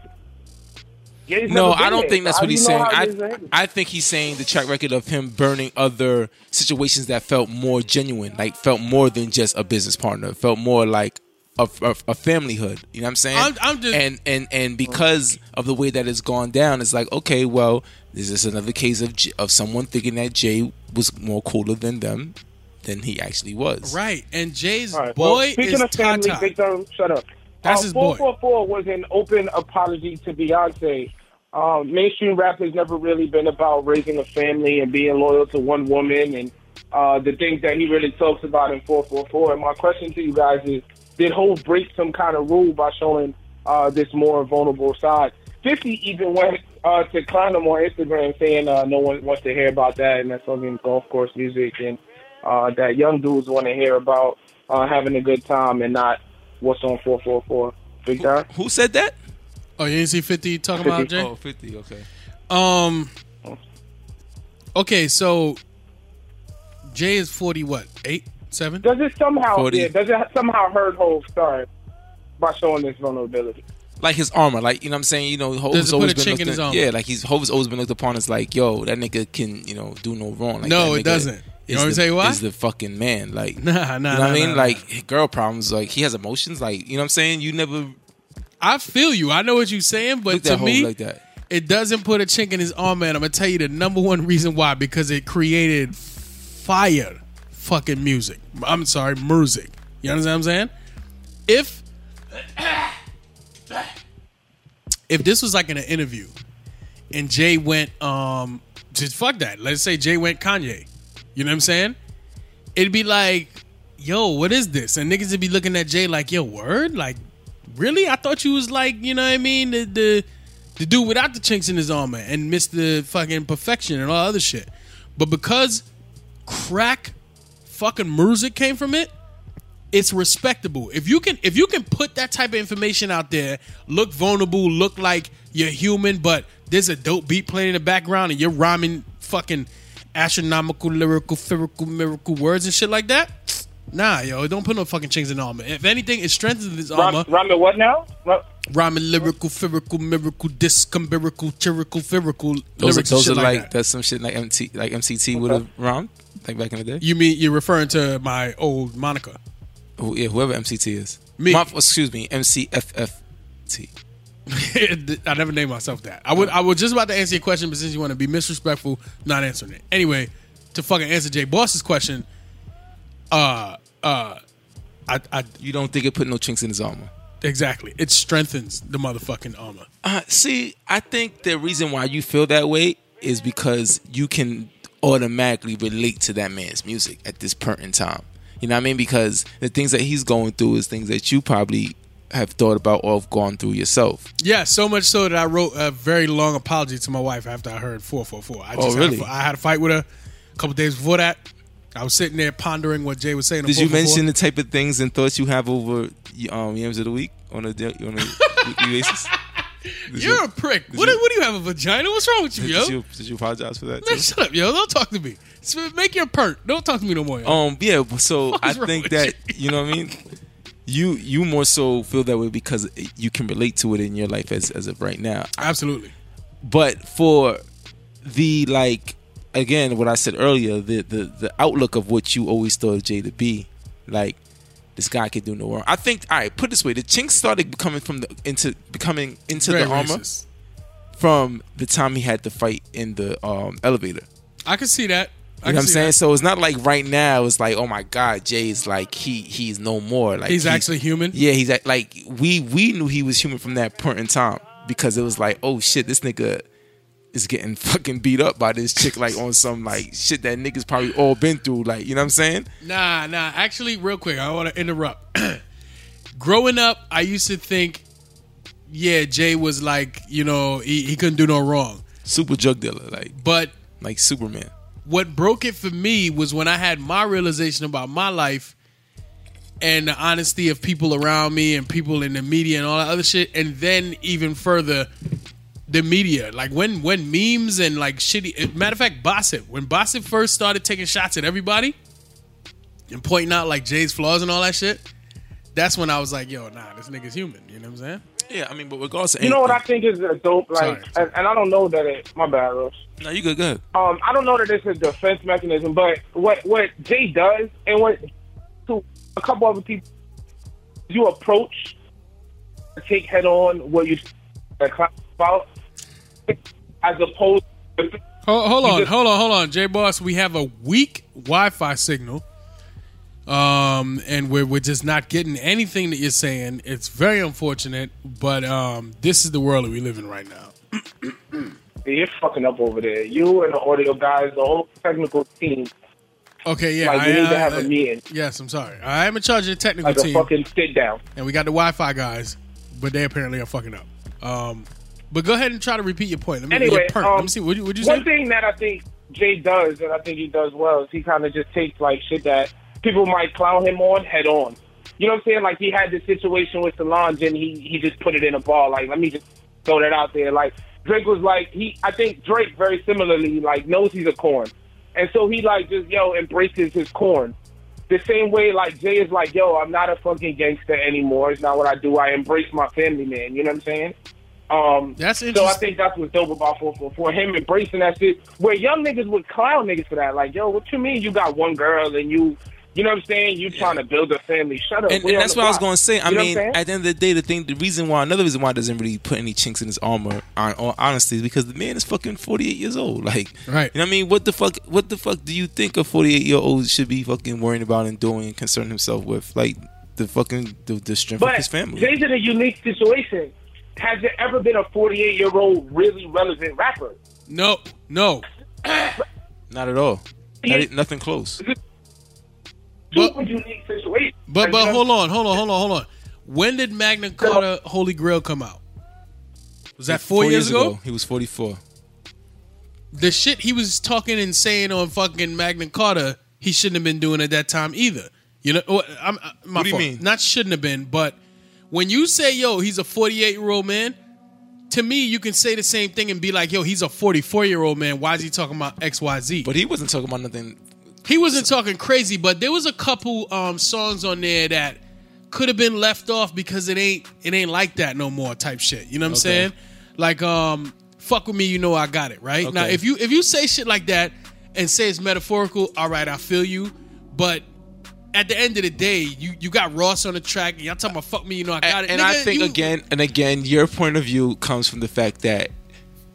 [SPEAKER 4] Jay's
[SPEAKER 5] No,
[SPEAKER 4] never been
[SPEAKER 5] I don't
[SPEAKER 4] there.
[SPEAKER 5] think that's
[SPEAKER 4] How
[SPEAKER 5] what
[SPEAKER 4] do you
[SPEAKER 5] he's
[SPEAKER 4] know
[SPEAKER 5] saying.
[SPEAKER 4] how Jay's
[SPEAKER 5] I
[SPEAKER 4] handled it?
[SPEAKER 5] I think he's saying the track record of him burning other situations that felt more genuine, like felt more than just a business partner, felt more like a, a, a familyhood. You know what I'm saying?
[SPEAKER 3] I'm- I'm just-
[SPEAKER 5] and and and because of the way that it's gone down, it's like okay, well, this is another case of J- of someone thinking that Jay was more cooler than them than he actually was.
[SPEAKER 3] right, and Jay's
[SPEAKER 4] All right, well,
[SPEAKER 3] boy
[SPEAKER 4] speaking
[SPEAKER 3] is
[SPEAKER 4] of family,
[SPEAKER 3] Tata.
[SPEAKER 4] Big Thumb, shut up. Uh,
[SPEAKER 3] That's his boy.
[SPEAKER 4] 444 was an open apology to Beyonce. Um, mainstream rap has never really been about raising a family and being loyal to one woman and uh, the things that he really talks about in 444. And my question to you guys is, did Hov break some kind of rule by showing uh, this more vulnerable side? 50 even went uh, to Clonham on Instagram saying uh, no one wants to hear about that and that's fucking golf course music and uh, that young dudes want to hear about uh, having a good time and not what's on 444. Big time.
[SPEAKER 5] Who said that?
[SPEAKER 3] Oh, you didn't see Fifty talking about
[SPEAKER 4] 50.
[SPEAKER 3] Jay?
[SPEAKER 5] 50, okay.
[SPEAKER 4] Oh.
[SPEAKER 3] Um. Okay, so Jay is forty. What eight, seven?
[SPEAKER 4] Does it somehow,
[SPEAKER 5] 40.
[SPEAKER 4] yeah, does it somehow hurt Hove start by showing this vulnerability?
[SPEAKER 5] like his armor, like you know what I'm saying. You know,
[SPEAKER 3] Does
[SPEAKER 5] Hov's
[SPEAKER 3] it put
[SPEAKER 5] always
[SPEAKER 3] a
[SPEAKER 5] been
[SPEAKER 3] chink in
[SPEAKER 5] looked
[SPEAKER 3] his
[SPEAKER 5] at-
[SPEAKER 3] armor?
[SPEAKER 5] yeah, like he's Hov's always been looked upon as like, yo, that nigga can you know do no wrong. Like,
[SPEAKER 3] No, it
[SPEAKER 5] that nigga
[SPEAKER 3] doesn't. You
[SPEAKER 5] is
[SPEAKER 3] wanna
[SPEAKER 5] the-
[SPEAKER 3] tell you why?
[SPEAKER 5] Is the fucking man like?
[SPEAKER 3] Nah, nah,
[SPEAKER 5] you know
[SPEAKER 3] nah,
[SPEAKER 5] what I mean,
[SPEAKER 3] nah, nah.
[SPEAKER 5] like girl problems. Like he has emotions. Like you know what I'm saying. You never
[SPEAKER 3] I feel you. I know what you're saying, but
[SPEAKER 5] looked
[SPEAKER 3] to
[SPEAKER 5] at Hov
[SPEAKER 3] me,
[SPEAKER 5] like that.
[SPEAKER 3] it doesn't put a chink in his arm, man. I'm gonna tell you the number one reason why because it created fire fucking music. I'm sorry, music. You understand what I'm saying? If if this was like in an interview and Jay went um just fuck that. Let's say Jay went Kanye. You know what I'm saying? It'd be like, yo, what is this? And niggas would be looking at Jay like, yo, word? Like, really? I thought you was like, you know what I mean? The the, the dude without the chinks in his armor and Mr. fucking perfection and all other shit. But because crack fucking music came from it, it's respectable. If you can if you can put that type of information out there, look vulnerable, look like you're human, but there's a dope beat playing in the background and you're rhyming fucking astronomical, lyrical, spherical, miracle words and shit like that. Nah, yo, don't put no fucking chinks in the armor. If anything, it strengthens his armor.
[SPEAKER 4] Rhyme, rhyming what now? Rhyme-
[SPEAKER 3] Rhyming lyrical, spherical, miracle, discombirical, chirical, spherical.
[SPEAKER 5] Those, are-
[SPEAKER 3] lyrics and
[SPEAKER 5] those
[SPEAKER 3] shit
[SPEAKER 5] are like,
[SPEAKER 3] that.
[SPEAKER 5] that's some shit like MT like MCT would have rhymed like back in the day.
[SPEAKER 3] You mean you're referring to my old Monica?
[SPEAKER 5] Who, yeah, whoever MCT is.
[SPEAKER 3] Me.
[SPEAKER 5] My- excuse me, MCFFT.
[SPEAKER 3] I never named myself that. I
[SPEAKER 5] Oh.
[SPEAKER 3] would. I was just about to answer your question, but since you want to be disrespectful, not answering it. Anyway, to fucking answer Jay Boss's question, uh, uh, I, I
[SPEAKER 5] You don't think it put no chinks in his armor?
[SPEAKER 3] exactly. It strengthens the motherfucking armor.
[SPEAKER 5] Uh, see, I think the reason why you feel that way is because you can automatically relate to that man's music at this point in time. You know what I mean? Because the things that he's going through is things that you probably have thought about or have gone through yourself.
[SPEAKER 3] Yeah, so much so that I wrote a very long apology to my wife after I heard 444. I just
[SPEAKER 5] Oh,
[SPEAKER 3] Had
[SPEAKER 5] really?
[SPEAKER 3] a, I had a fight with her a couple days before that. I was sitting there pondering what Jay was saying. on
[SPEAKER 5] Did you
[SPEAKER 3] 444.
[SPEAKER 5] mention the type of things and thoughts you have over um, yams of the week on a, da- on a weekly basis? Did
[SPEAKER 3] You're a prick. What,
[SPEAKER 5] you-
[SPEAKER 3] what do you have a vagina? What's wrong with you,
[SPEAKER 5] did,
[SPEAKER 3] yo?
[SPEAKER 5] you, did you apologize for that?
[SPEAKER 3] Man,
[SPEAKER 5] too?
[SPEAKER 3] shut up, yo. Don't talk to me. S- Make your perk. Don't talk to me no more. Yo.
[SPEAKER 5] Um, yeah. but So
[SPEAKER 3] What
[SPEAKER 5] I
[SPEAKER 3] is wrong
[SPEAKER 5] think
[SPEAKER 3] with
[SPEAKER 5] that
[SPEAKER 3] you?
[SPEAKER 5] you know what I mean. You you more so feel that way because you can relate to it in your life as as of right now.
[SPEAKER 3] Absolutely.
[SPEAKER 5] But for the like again, what I said earlier, the the the outlook of what you always thought of Jay to be, like this guy could do no wrong. I think all right. Put it this way, the chinks started becoming from the into becoming into
[SPEAKER 3] Very
[SPEAKER 5] the armor
[SPEAKER 3] racist.
[SPEAKER 5] from the time he had the fight in the um elevator.
[SPEAKER 3] I can see that. I
[SPEAKER 5] You
[SPEAKER 3] can
[SPEAKER 5] know what I'm
[SPEAKER 3] see
[SPEAKER 5] saying?
[SPEAKER 3] that.
[SPEAKER 5] So it's not like right now. It's like, oh my God, Jay is like he he's no more. Like
[SPEAKER 3] He's actually human?
[SPEAKER 5] Yeah, he's act- like we we knew he was human from that point in time because it was like, oh shit, this nigga is getting fucking beat up by this chick like on some like shit that niggas probably all been through. Like you know what I'm saying?
[SPEAKER 3] Nah, nah. Actually, real quick, I want to interrupt. Growing up, I used to think, yeah, Jay was like, you know, he, he couldn't do no wrong.
[SPEAKER 5] Super drug dealer, like
[SPEAKER 3] But
[SPEAKER 5] like Superman.
[SPEAKER 3] what broke it for me was when I had my realization about my life and the honesty of people around me and people in the media and all that other shit, and then even further, the media. Like when when memes and like shitty. eh, Matter of fact, Bossip. When Bossip first started taking shots at everybody and pointing out like Jay's flaws and all that shit, that's when I was like, yo, nah, this nigga's human. You know what I'm saying?
[SPEAKER 5] Yeah, I mean, but regardless, of
[SPEAKER 4] You know what I
[SPEAKER 5] anything-
[SPEAKER 4] think is a dope, like,
[SPEAKER 3] Sorry.
[SPEAKER 4] and, and I don't know that it. My bad, Rose.
[SPEAKER 5] No, you good, good.
[SPEAKER 4] Um, I don't know that it's a defense mechanism, but what what Jay does and what to a couple other people, you approach, take head on what you about, as opposed. to...
[SPEAKER 3] Hold, hold on,
[SPEAKER 4] just-
[SPEAKER 3] hold on, hold on, J Boss. We have a weak Wi-Fi signal, um, and we're we're just not getting anything that you're saying. It's very unfortunate, but um, this is the world that we live in right now.
[SPEAKER 4] Yeah, you're fucking up over there. You and the audio guys, the whole technical team,
[SPEAKER 3] Okay, yeah,
[SPEAKER 4] Like, we
[SPEAKER 3] I-
[SPEAKER 4] need to
[SPEAKER 3] I-
[SPEAKER 4] have a
[SPEAKER 3] I-
[SPEAKER 4] meeting.
[SPEAKER 3] Yes, I'm sorry. I am in charge of the technical
[SPEAKER 4] like a
[SPEAKER 3] team,
[SPEAKER 4] fucking sit down.
[SPEAKER 3] and we got the Wi-Fi guys, but they apparently are fucking up. Um, but go ahead and try to repeat your point. Let me,
[SPEAKER 4] Anyway,
[SPEAKER 3] your perk.
[SPEAKER 4] um,
[SPEAKER 3] Let me see. Would you, would you
[SPEAKER 4] one
[SPEAKER 3] say?
[SPEAKER 4] thing that I think Jay does, and I think he does well, is he kind of just takes like shit that people might clown him on head on. You know what I'm saying? Like he had this situation with Solange, and he he just put it in a ball. Like let me just throw that out there. Like Drake was like he, I think Drake very similarly like knows he's a corn, and so he like just yo embraces his corn. The same way like Jay is like yo, I'm not a fucking gangster anymore. It's not what I do. I embrace my family man. You know what I'm saying? Um,
[SPEAKER 3] That's
[SPEAKER 4] So I
[SPEAKER 3] interesting.
[SPEAKER 4] think think that's what's dope about 444. Him embracing that shit. Where young niggas would clown niggas for that. Like, yo, what you mean you got one girl and you, you know what I'm saying? You trying to build a family. Shut up.
[SPEAKER 5] And,
[SPEAKER 4] We
[SPEAKER 5] and
[SPEAKER 4] on
[SPEAKER 5] that's
[SPEAKER 4] the
[SPEAKER 5] what I was
[SPEAKER 4] block.
[SPEAKER 5] gonna say. I
[SPEAKER 4] You know what
[SPEAKER 5] mean,
[SPEAKER 4] I'm saying?
[SPEAKER 5] at the end of the day, the thing, the reason why, another reason why it doesn't really put any chinks in his armor, on, on honestly, is because the man is fucking forty eight years old. Like,
[SPEAKER 3] Right.
[SPEAKER 5] You know what I mean? What the fuck? What the fuck do you think a forty eight year old should be fucking worrying about and doing and concerning himself with? Like the fucking the, the strength of
[SPEAKER 4] but
[SPEAKER 5] his family.
[SPEAKER 4] Jay's in a unique situation. Has there ever been a 48 year old really relevant rapper?
[SPEAKER 3] No, no.
[SPEAKER 5] Not at all. Not- e,
[SPEAKER 4] Yeah.
[SPEAKER 5] nothing close.
[SPEAKER 3] But-
[SPEAKER 4] Super unique situation.
[SPEAKER 3] But but
[SPEAKER 4] Like,
[SPEAKER 3] hold on, hold on, hold on, hold on. When did Magna Carta Holy Grail come out? Was that four, years, ago?
[SPEAKER 5] he was forty four.
[SPEAKER 3] The shit he was talking and saying on fucking Magna Carta, he shouldn't have been doing at that time either. You know, what- I'm, I- my
[SPEAKER 5] What do you
[SPEAKER 3] fault.
[SPEAKER 5] mean?
[SPEAKER 3] Not shouldn't have been, but when you say yo, he's a 48 year old man. To me, you can say the same thing and be like, "Yo, he's a 44 year old man. Why is he talking about X, Y, Z?"
[SPEAKER 5] But he wasn't talking about nothing.
[SPEAKER 3] He wasn't talking crazy, but there was a couple um, songs on there that could have been left off because it ain't it ain't like that no more type shit. You know what I'm saying? Like um fuck with me, you know I got it, right? Now
[SPEAKER 5] Okay.
[SPEAKER 3] if you if you say shit like that and say it's metaphorical, all right, I feel you, but at the end of the day, you, you got Ross on the track and y'all talking about fuck me, you know I got
[SPEAKER 5] And,
[SPEAKER 3] it.
[SPEAKER 5] and I
[SPEAKER 3] Nigga,
[SPEAKER 5] think
[SPEAKER 3] you-
[SPEAKER 5] again and again, your point of view comes from the fact that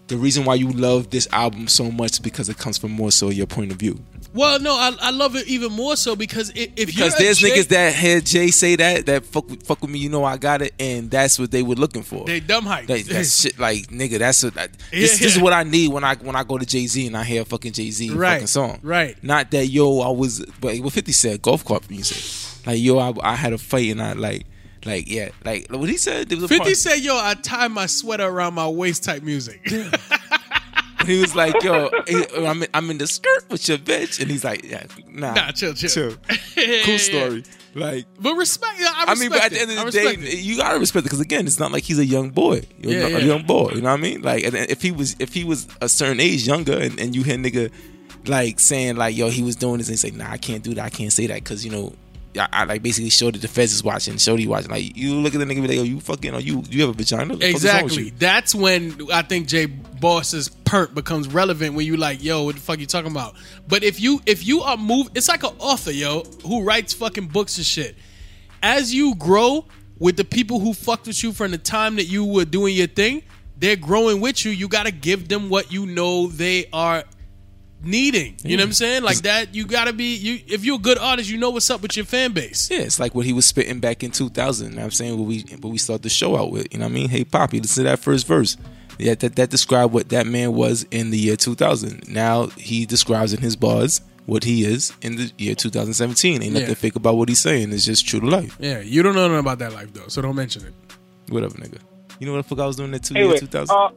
[SPEAKER 5] the reason why you love this album so much is because it comes from more so your point of view.
[SPEAKER 3] Well, no, I, I love it even more so because i- if
[SPEAKER 5] Because
[SPEAKER 3] you're a
[SPEAKER 5] there's
[SPEAKER 3] J-
[SPEAKER 5] niggas that heard Jay say that that fuck with, fuck with me, you know I got it, and that's what they were looking for.
[SPEAKER 3] they dumb hype.
[SPEAKER 5] Like that shit, like nigga, that's what I, this,
[SPEAKER 3] Yeah.
[SPEAKER 5] this is what I need when I when I go to Jay Z and I hear a fucking Jay Z
[SPEAKER 3] Right,
[SPEAKER 5] fucking song.
[SPEAKER 3] right.
[SPEAKER 5] Not that yo, I was but what Fifty said, golf club music. Like yo, I, I had a fight and I like like yeah like what he said. There was a
[SPEAKER 3] 50
[SPEAKER 5] part-
[SPEAKER 3] said, yo, I tie my sweater around my waist type music.
[SPEAKER 5] He was like yo, eh, I'm in, I'm in the skirt with your bitch, and he's like yeah, nah,
[SPEAKER 3] nah, chill, chill. Yeah, yeah, yeah.
[SPEAKER 5] cool story. Like
[SPEAKER 3] But respect, yeah, I respect
[SPEAKER 5] I mean, but at the
[SPEAKER 3] it.
[SPEAKER 5] end
[SPEAKER 3] I
[SPEAKER 5] of the day,
[SPEAKER 3] respect it.
[SPEAKER 5] you gotta respect it because again, it's not like he's a young boy, You're
[SPEAKER 3] Yeah,
[SPEAKER 5] not
[SPEAKER 3] yeah.
[SPEAKER 5] a young boy. You know what I mean? Like, and and if he was, if he was a certain age younger, and, and you hear nigga like saying like, "Yo, he was doing this," and he's like, "Nah, I can't do that. I can't say that because you know." I, I like basically showed that the feds is watching, showed he watching. Like you look at the nigga, and be like, "Yo, you fucking, or you, you have a vagina?" What the fuck is wrong with
[SPEAKER 3] Exactly.
[SPEAKER 5] you?
[SPEAKER 3] That's when I think Jay Boss's perk becomes relevant when you like, yo, what the fuck you talking about? But if you if you are move, it's like an author, yo, who writes fucking books and shit. As you grow with the people who fucked with you from the time that you were doing your thing, they're growing with you. You gotta give them what you know they are needing. You know what I'm saying? Like that, you gotta be you if you're a good artist, you know what's up with your fan base.
[SPEAKER 5] Yeah, it's like what he was spitting back in 2000. You know what I'm saying what we what we start the show out with. You know what I mean? Hey, Poppy, listen to that first verse. Yeah, that that described what that man was in the year 2000. Now he describes in his bars what he is in the year 2017. Ain't nothing
[SPEAKER 3] Yeah.
[SPEAKER 5] fake about what he's saying. It's just true to life.
[SPEAKER 3] Yeah, you don't know nothing about that life though, so don't mention it.
[SPEAKER 5] Whatever, nigga.
[SPEAKER 4] Uh,
[SPEAKER 5] You know what the fuck I was doing in the two year
[SPEAKER 4] Anyway,
[SPEAKER 5] 2000?
[SPEAKER 4] uh,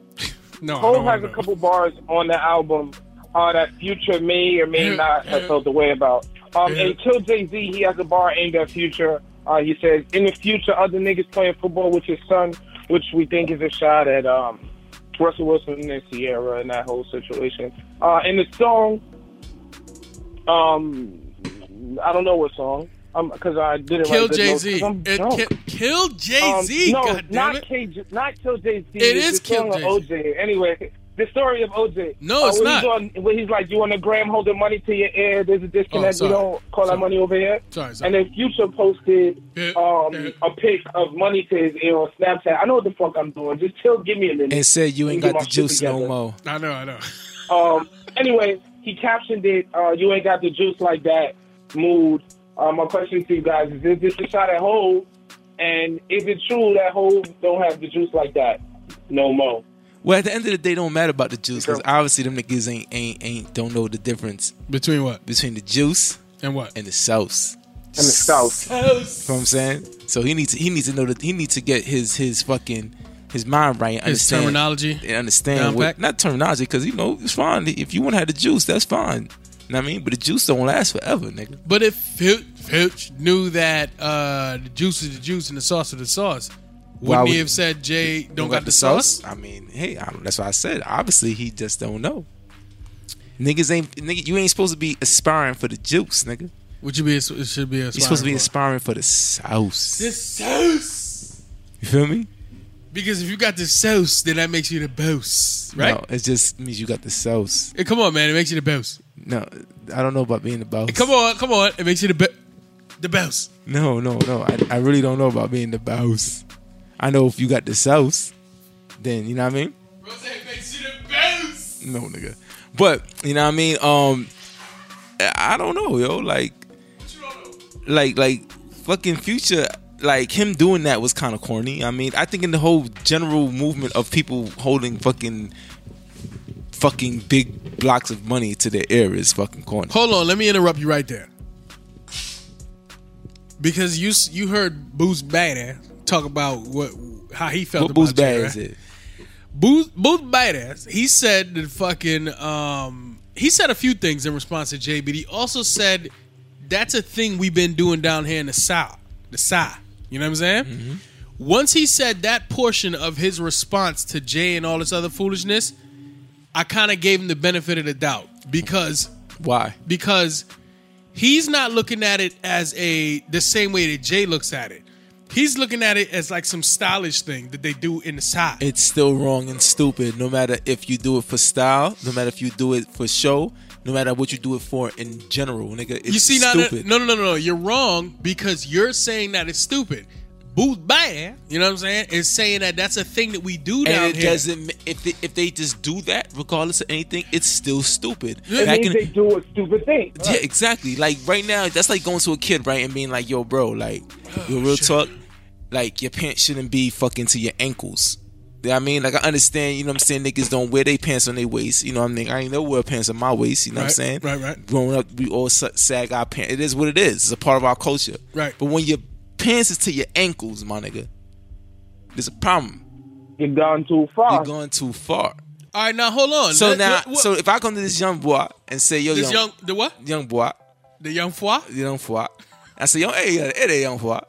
[SPEAKER 3] No, I
[SPEAKER 4] Cole
[SPEAKER 3] don't
[SPEAKER 4] has
[SPEAKER 3] know.
[SPEAKER 4] a couple bars on the album uh, that Future may or may not have felt the way about. Um, and Kill Jay Z, he has a bar aimed at Future. Uh, he says, "In the future, other niggas playing football with his son, which we think is a shot at um, Russell Wilson and Sierra and that whole situation." Uh, in the song, um, I don't know what song, um, because I didn't
[SPEAKER 3] Kill
[SPEAKER 4] write the
[SPEAKER 3] Jay
[SPEAKER 4] notes,
[SPEAKER 3] Z.
[SPEAKER 4] 'cause I'm drunk.
[SPEAKER 3] Kill Jay
[SPEAKER 4] Um,
[SPEAKER 3] Z.
[SPEAKER 4] no,
[SPEAKER 3] God damn
[SPEAKER 4] not
[SPEAKER 3] it.
[SPEAKER 4] K- not Kill Jay Z.
[SPEAKER 3] It is Kill
[SPEAKER 4] Jay OJ. Anyway, the story of OJ.
[SPEAKER 3] No, it's
[SPEAKER 4] when
[SPEAKER 3] not.
[SPEAKER 4] He's, on, when he's like, you on the gram holding money to your ear. There's a disconnect.
[SPEAKER 3] Oh, sorry.
[SPEAKER 4] we don't call
[SPEAKER 3] Sorry.
[SPEAKER 4] that money over here.
[SPEAKER 3] Sorry, sorry.
[SPEAKER 4] And then Future posted
[SPEAKER 3] Yeah, yeah.
[SPEAKER 4] um, a pic of money to his ear on Snapchat. I know what the fuck I'm doing. Just chill, give me a minute.
[SPEAKER 5] and said you ain't
[SPEAKER 4] Let me
[SPEAKER 5] got the
[SPEAKER 4] get my shit
[SPEAKER 5] juice no
[SPEAKER 4] together.
[SPEAKER 5] more.
[SPEAKER 3] I know, I know.
[SPEAKER 4] Um, anyway, he captioned it, uh, You Ain't Got the Juice Like That mood. Uh, my question to you guys is Is this a shot at Hove? And is it true that Hove don't have the juice like that no more?
[SPEAKER 5] Well, at the end of the day, it don't matter about the juice because obviously them niggas ain't ain't ain't don't know the difference
[SPEAKER 3] Between what
[SPEAKER 5] between the juice
[SPEAKER 3] and what?
[SPEAKER 5] and the sauce.
[SPEAKER 4] In the South.
[SPEAKER 5] You know what I'm saying? So he needs to, he needs to know that he needs to get his his fucking his mind right. and
[SPEAKER 3] His
[SPEAKER 5] understand,
[SPEAKER 3] terminology
[SPEAKER 5] and
[SPEAKER 3] down
[SPEAKER 5] understand what
[SPEAKER 3] pat?
[SPEAKER 5] not terminology because you know it's fine if you want to have the juice, that's fine. You know what I mean, but the juice don't last forever, nigga.
[SPEAKER 3] But if Filch, Filch knew that uh, the juice is the juice and the sauce is the sauce, wouldn't
[SPEAKER 5] would-
[SPEAKER 3] he have said Jay don't, got, the sauce?
[SPEAKER 5] I mean, hey, I don't, that's what I said. Obviously, he just don't know. Niggas ain't nigga. You ain't supposed to be aspiring for the juice, nigga.
[SPEAKER 3] Would you be? It should be.
[SPEAKER 5] You're supposed to be
[SPEAKER 3] a
[SPEAKER 5] aspiring for the sauce.
[SPEAKER 3] the sauce.
[SPEAKER 5] You feel me?
[SPEAKER 3] Because if you got the sauce, then that makes you the boss, right?
[SPEAKER 5] No, it just means you got the sauce.
[SPEAKER 3] Hey, come on, man, it makes you the boss.
[SPEAKER 5] No, I don't know about being the boss.
[SPEAKER 3] Come on, come on, it makes you the be- the boss.
[SPEAKER 5] No, no, no. I, I really don't know about being the boss. I know if you got the sauce, then you know what I mean?
[SPEAKER 3] Rose makes you the boss.
[SPEAKER 5] No, nigga. But, you know what I mean? Um I I don't know, yo. Like like like fucking future like him doing that was kind of corny. I mean, I think in the whole general movement of people holding fucking fucking big blocks of money to their ear is fucking corny.
[SPEAKER 3] Hold on, let me interrupt you right there. Because you s- you heard Boo's Badass talk about what how he felt
[SPEAKER 5] What
[SPEAKER 3] about
[SPEAKER 5] boost
[SPEAKER 3] you,
[SPEAKER 5] bad
[SPEAKER 3] right?
[SPEAKER 5] is it?
[SPEAKER 3] Booth, Booth Badass, he said that fucking, um, he said a few things in response to Jay, but he also said that's a thing we've been doing down here in the South, the South. You know what I'm saying?
[SPEAKER 5] Mm-hmm.
[SPEAKER 3] Once he said that portion of his response to Jay and all this other foolishness, I kind of gave him the benefit of the doubt because
[SPEAKER 5] Why?
[SPEAKER 3] because he's not looking at it as a the same way that Jay looks at it. He's looking at it as like some stylish thing that they do in the South.
[SPEAKER 5] it's still wrong and stupid. No matter if you do it for style, no matter if you do it for show, no matter what you do it for in general, nigga. It's
[SPEAKER 3] You see, now, no,
[SPEAKER 5] stupid.
[SPEAKER 3] no, no, no, no, you're wrong because you're saying that it's stupid. Booth Bad, you know what I'm saying, is saying that that's a thing that we do down
[SPEAKER 5] and it
[SPEAKER 3] here.
[SPEAKER 5] doesn't. ma- If they, if they just do that, regardless of anything, it's still stupid.
[SPEAKER 4] It
[SPEAKER 5] Back
[SPEAKER 4] means
[SPEAKER 5] in-
[SPEAKER 4] they do a stupid thing.
[SPEAKER 5] yeah, exactly. Like right now, that's like going to a kid, right, and being like, "Yo, bro, like, yo, real talk, like your pants shouldn't be fucking to your ankles." You know what I mean, like I understand, you know what I'm saying. Niggas don't wear their pants on their waist. You know what I mean. I ain't never wear pants on my waist. You know what I'm saying.
[SPEAKER 3] Right, right, right.
[SPEAKER 5] Growing up, we all sa- sag our pants. It is what it is. It's a part of our culture.
[SPEAKER 3] Right.
[SPEAKER 5] But when your pants is to your ankles, my nigga, there's a problem.
[SPEAKER 4] You've gone too
[SPEAKER 5] You're
[SPEAKER 4] far.
[SPEAKER 5] going too far.
[SPEAKER 3] All right, now hold on.
[SPEAKER 5] So
[SPEAKER 3] Let-
[SPEAKER 5] now,
[SPEAKER 3] let- what-
[SPEAKER 5] so if I come to this young boy and say, "Yo,
[SPEAKER 3] this
[SPEAKER 5] young,
[SPEAKER 3] young, the what,
[SPEAKER 5] young boy,
[SPEAKER 3] the young foie?
[SPEAKER 5] you don't fuck. I said, yo, hey, yo, hey, they don't fuck.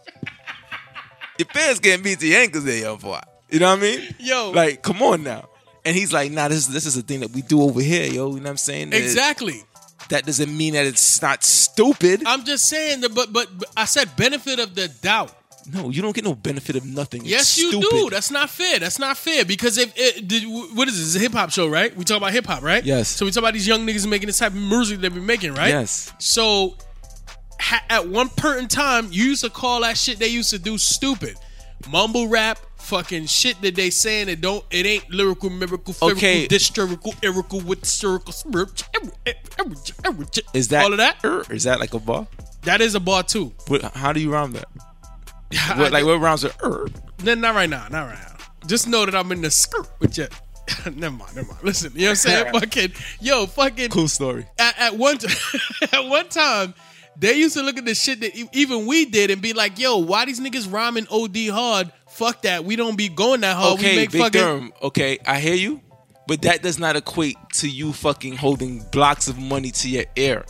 [SPEAKER 5] Your parents can't beat the ankles, they don't fuck. You know what I mean?
[SPEAKER 3] Yo.
[SPEAKER 5] Like, come on now. And he's like, nah, this, this is a thing that we do over here, yo. You know what I'm saying? That-
[SPEAKER 3] Exactly.
[SPEAKER 5] That doesn't mean that it's not stupid.
[SPEAKER 3] I'm just saying that, but, but but I said benefit of the doubt.
[SPEAKER 5] no, you don't get no benefit of nothing. It's
[SPEAKER 3] Yes, you
[SPEAKER 5] stupid.
[SPEAKER 3] do. That's not fair. That's not fair because if it, did, what is this? It's a hip hop show, right? We talk about hip hop, right?
[SPEAKER 5] Yes.
[SPEAKER 3] So we talk about these young niggas making this type of music they be making, right?
[SPEAKER 5] Yes.
[SPEAKER 3] So ha- at one point in time, you used to call that shit they used to do stupid, mumble rap, fucking shit that they saying that don't it ain't lyrical, miracle, spherical,
[SPEAKER 5] Okay.
[SPEAKER 3] dysterical, erical, with spherical, spiritual, er- er- er- er-
[SPEAKER 5] Is that
[SPEAKER 3] all of that?
[SPEAKER 5] er, is that like a bar?
[SPEAKER 3] That is a bar too.
[SPEAKER 5] What, how do you round that? What, like what rounds are er?
[SPEAKER 3] No, not right now, not right now. Just know that I'm in the skirt with you. never mind, never mind. Listen, you know what I'm saying? fucking, yo, fucking.
[SPEAKER 5] Cool story.
[SPEAKER 3] At, at one, t- at one time, they used to look at the shit that e- even we did and be like, yo, why these niggas rhyming OD hard? Fuck that. Oh, We don't be going that hard. we
[SPEAKER 5] Okay,
[SPEAKER 3] make
[SPEAKER 5] big
[SPEAKER 3] fucking.
[SPEAKER 5] term. Okay, I hear you, But that does not equate to you fucking holding blocks of money to your ear.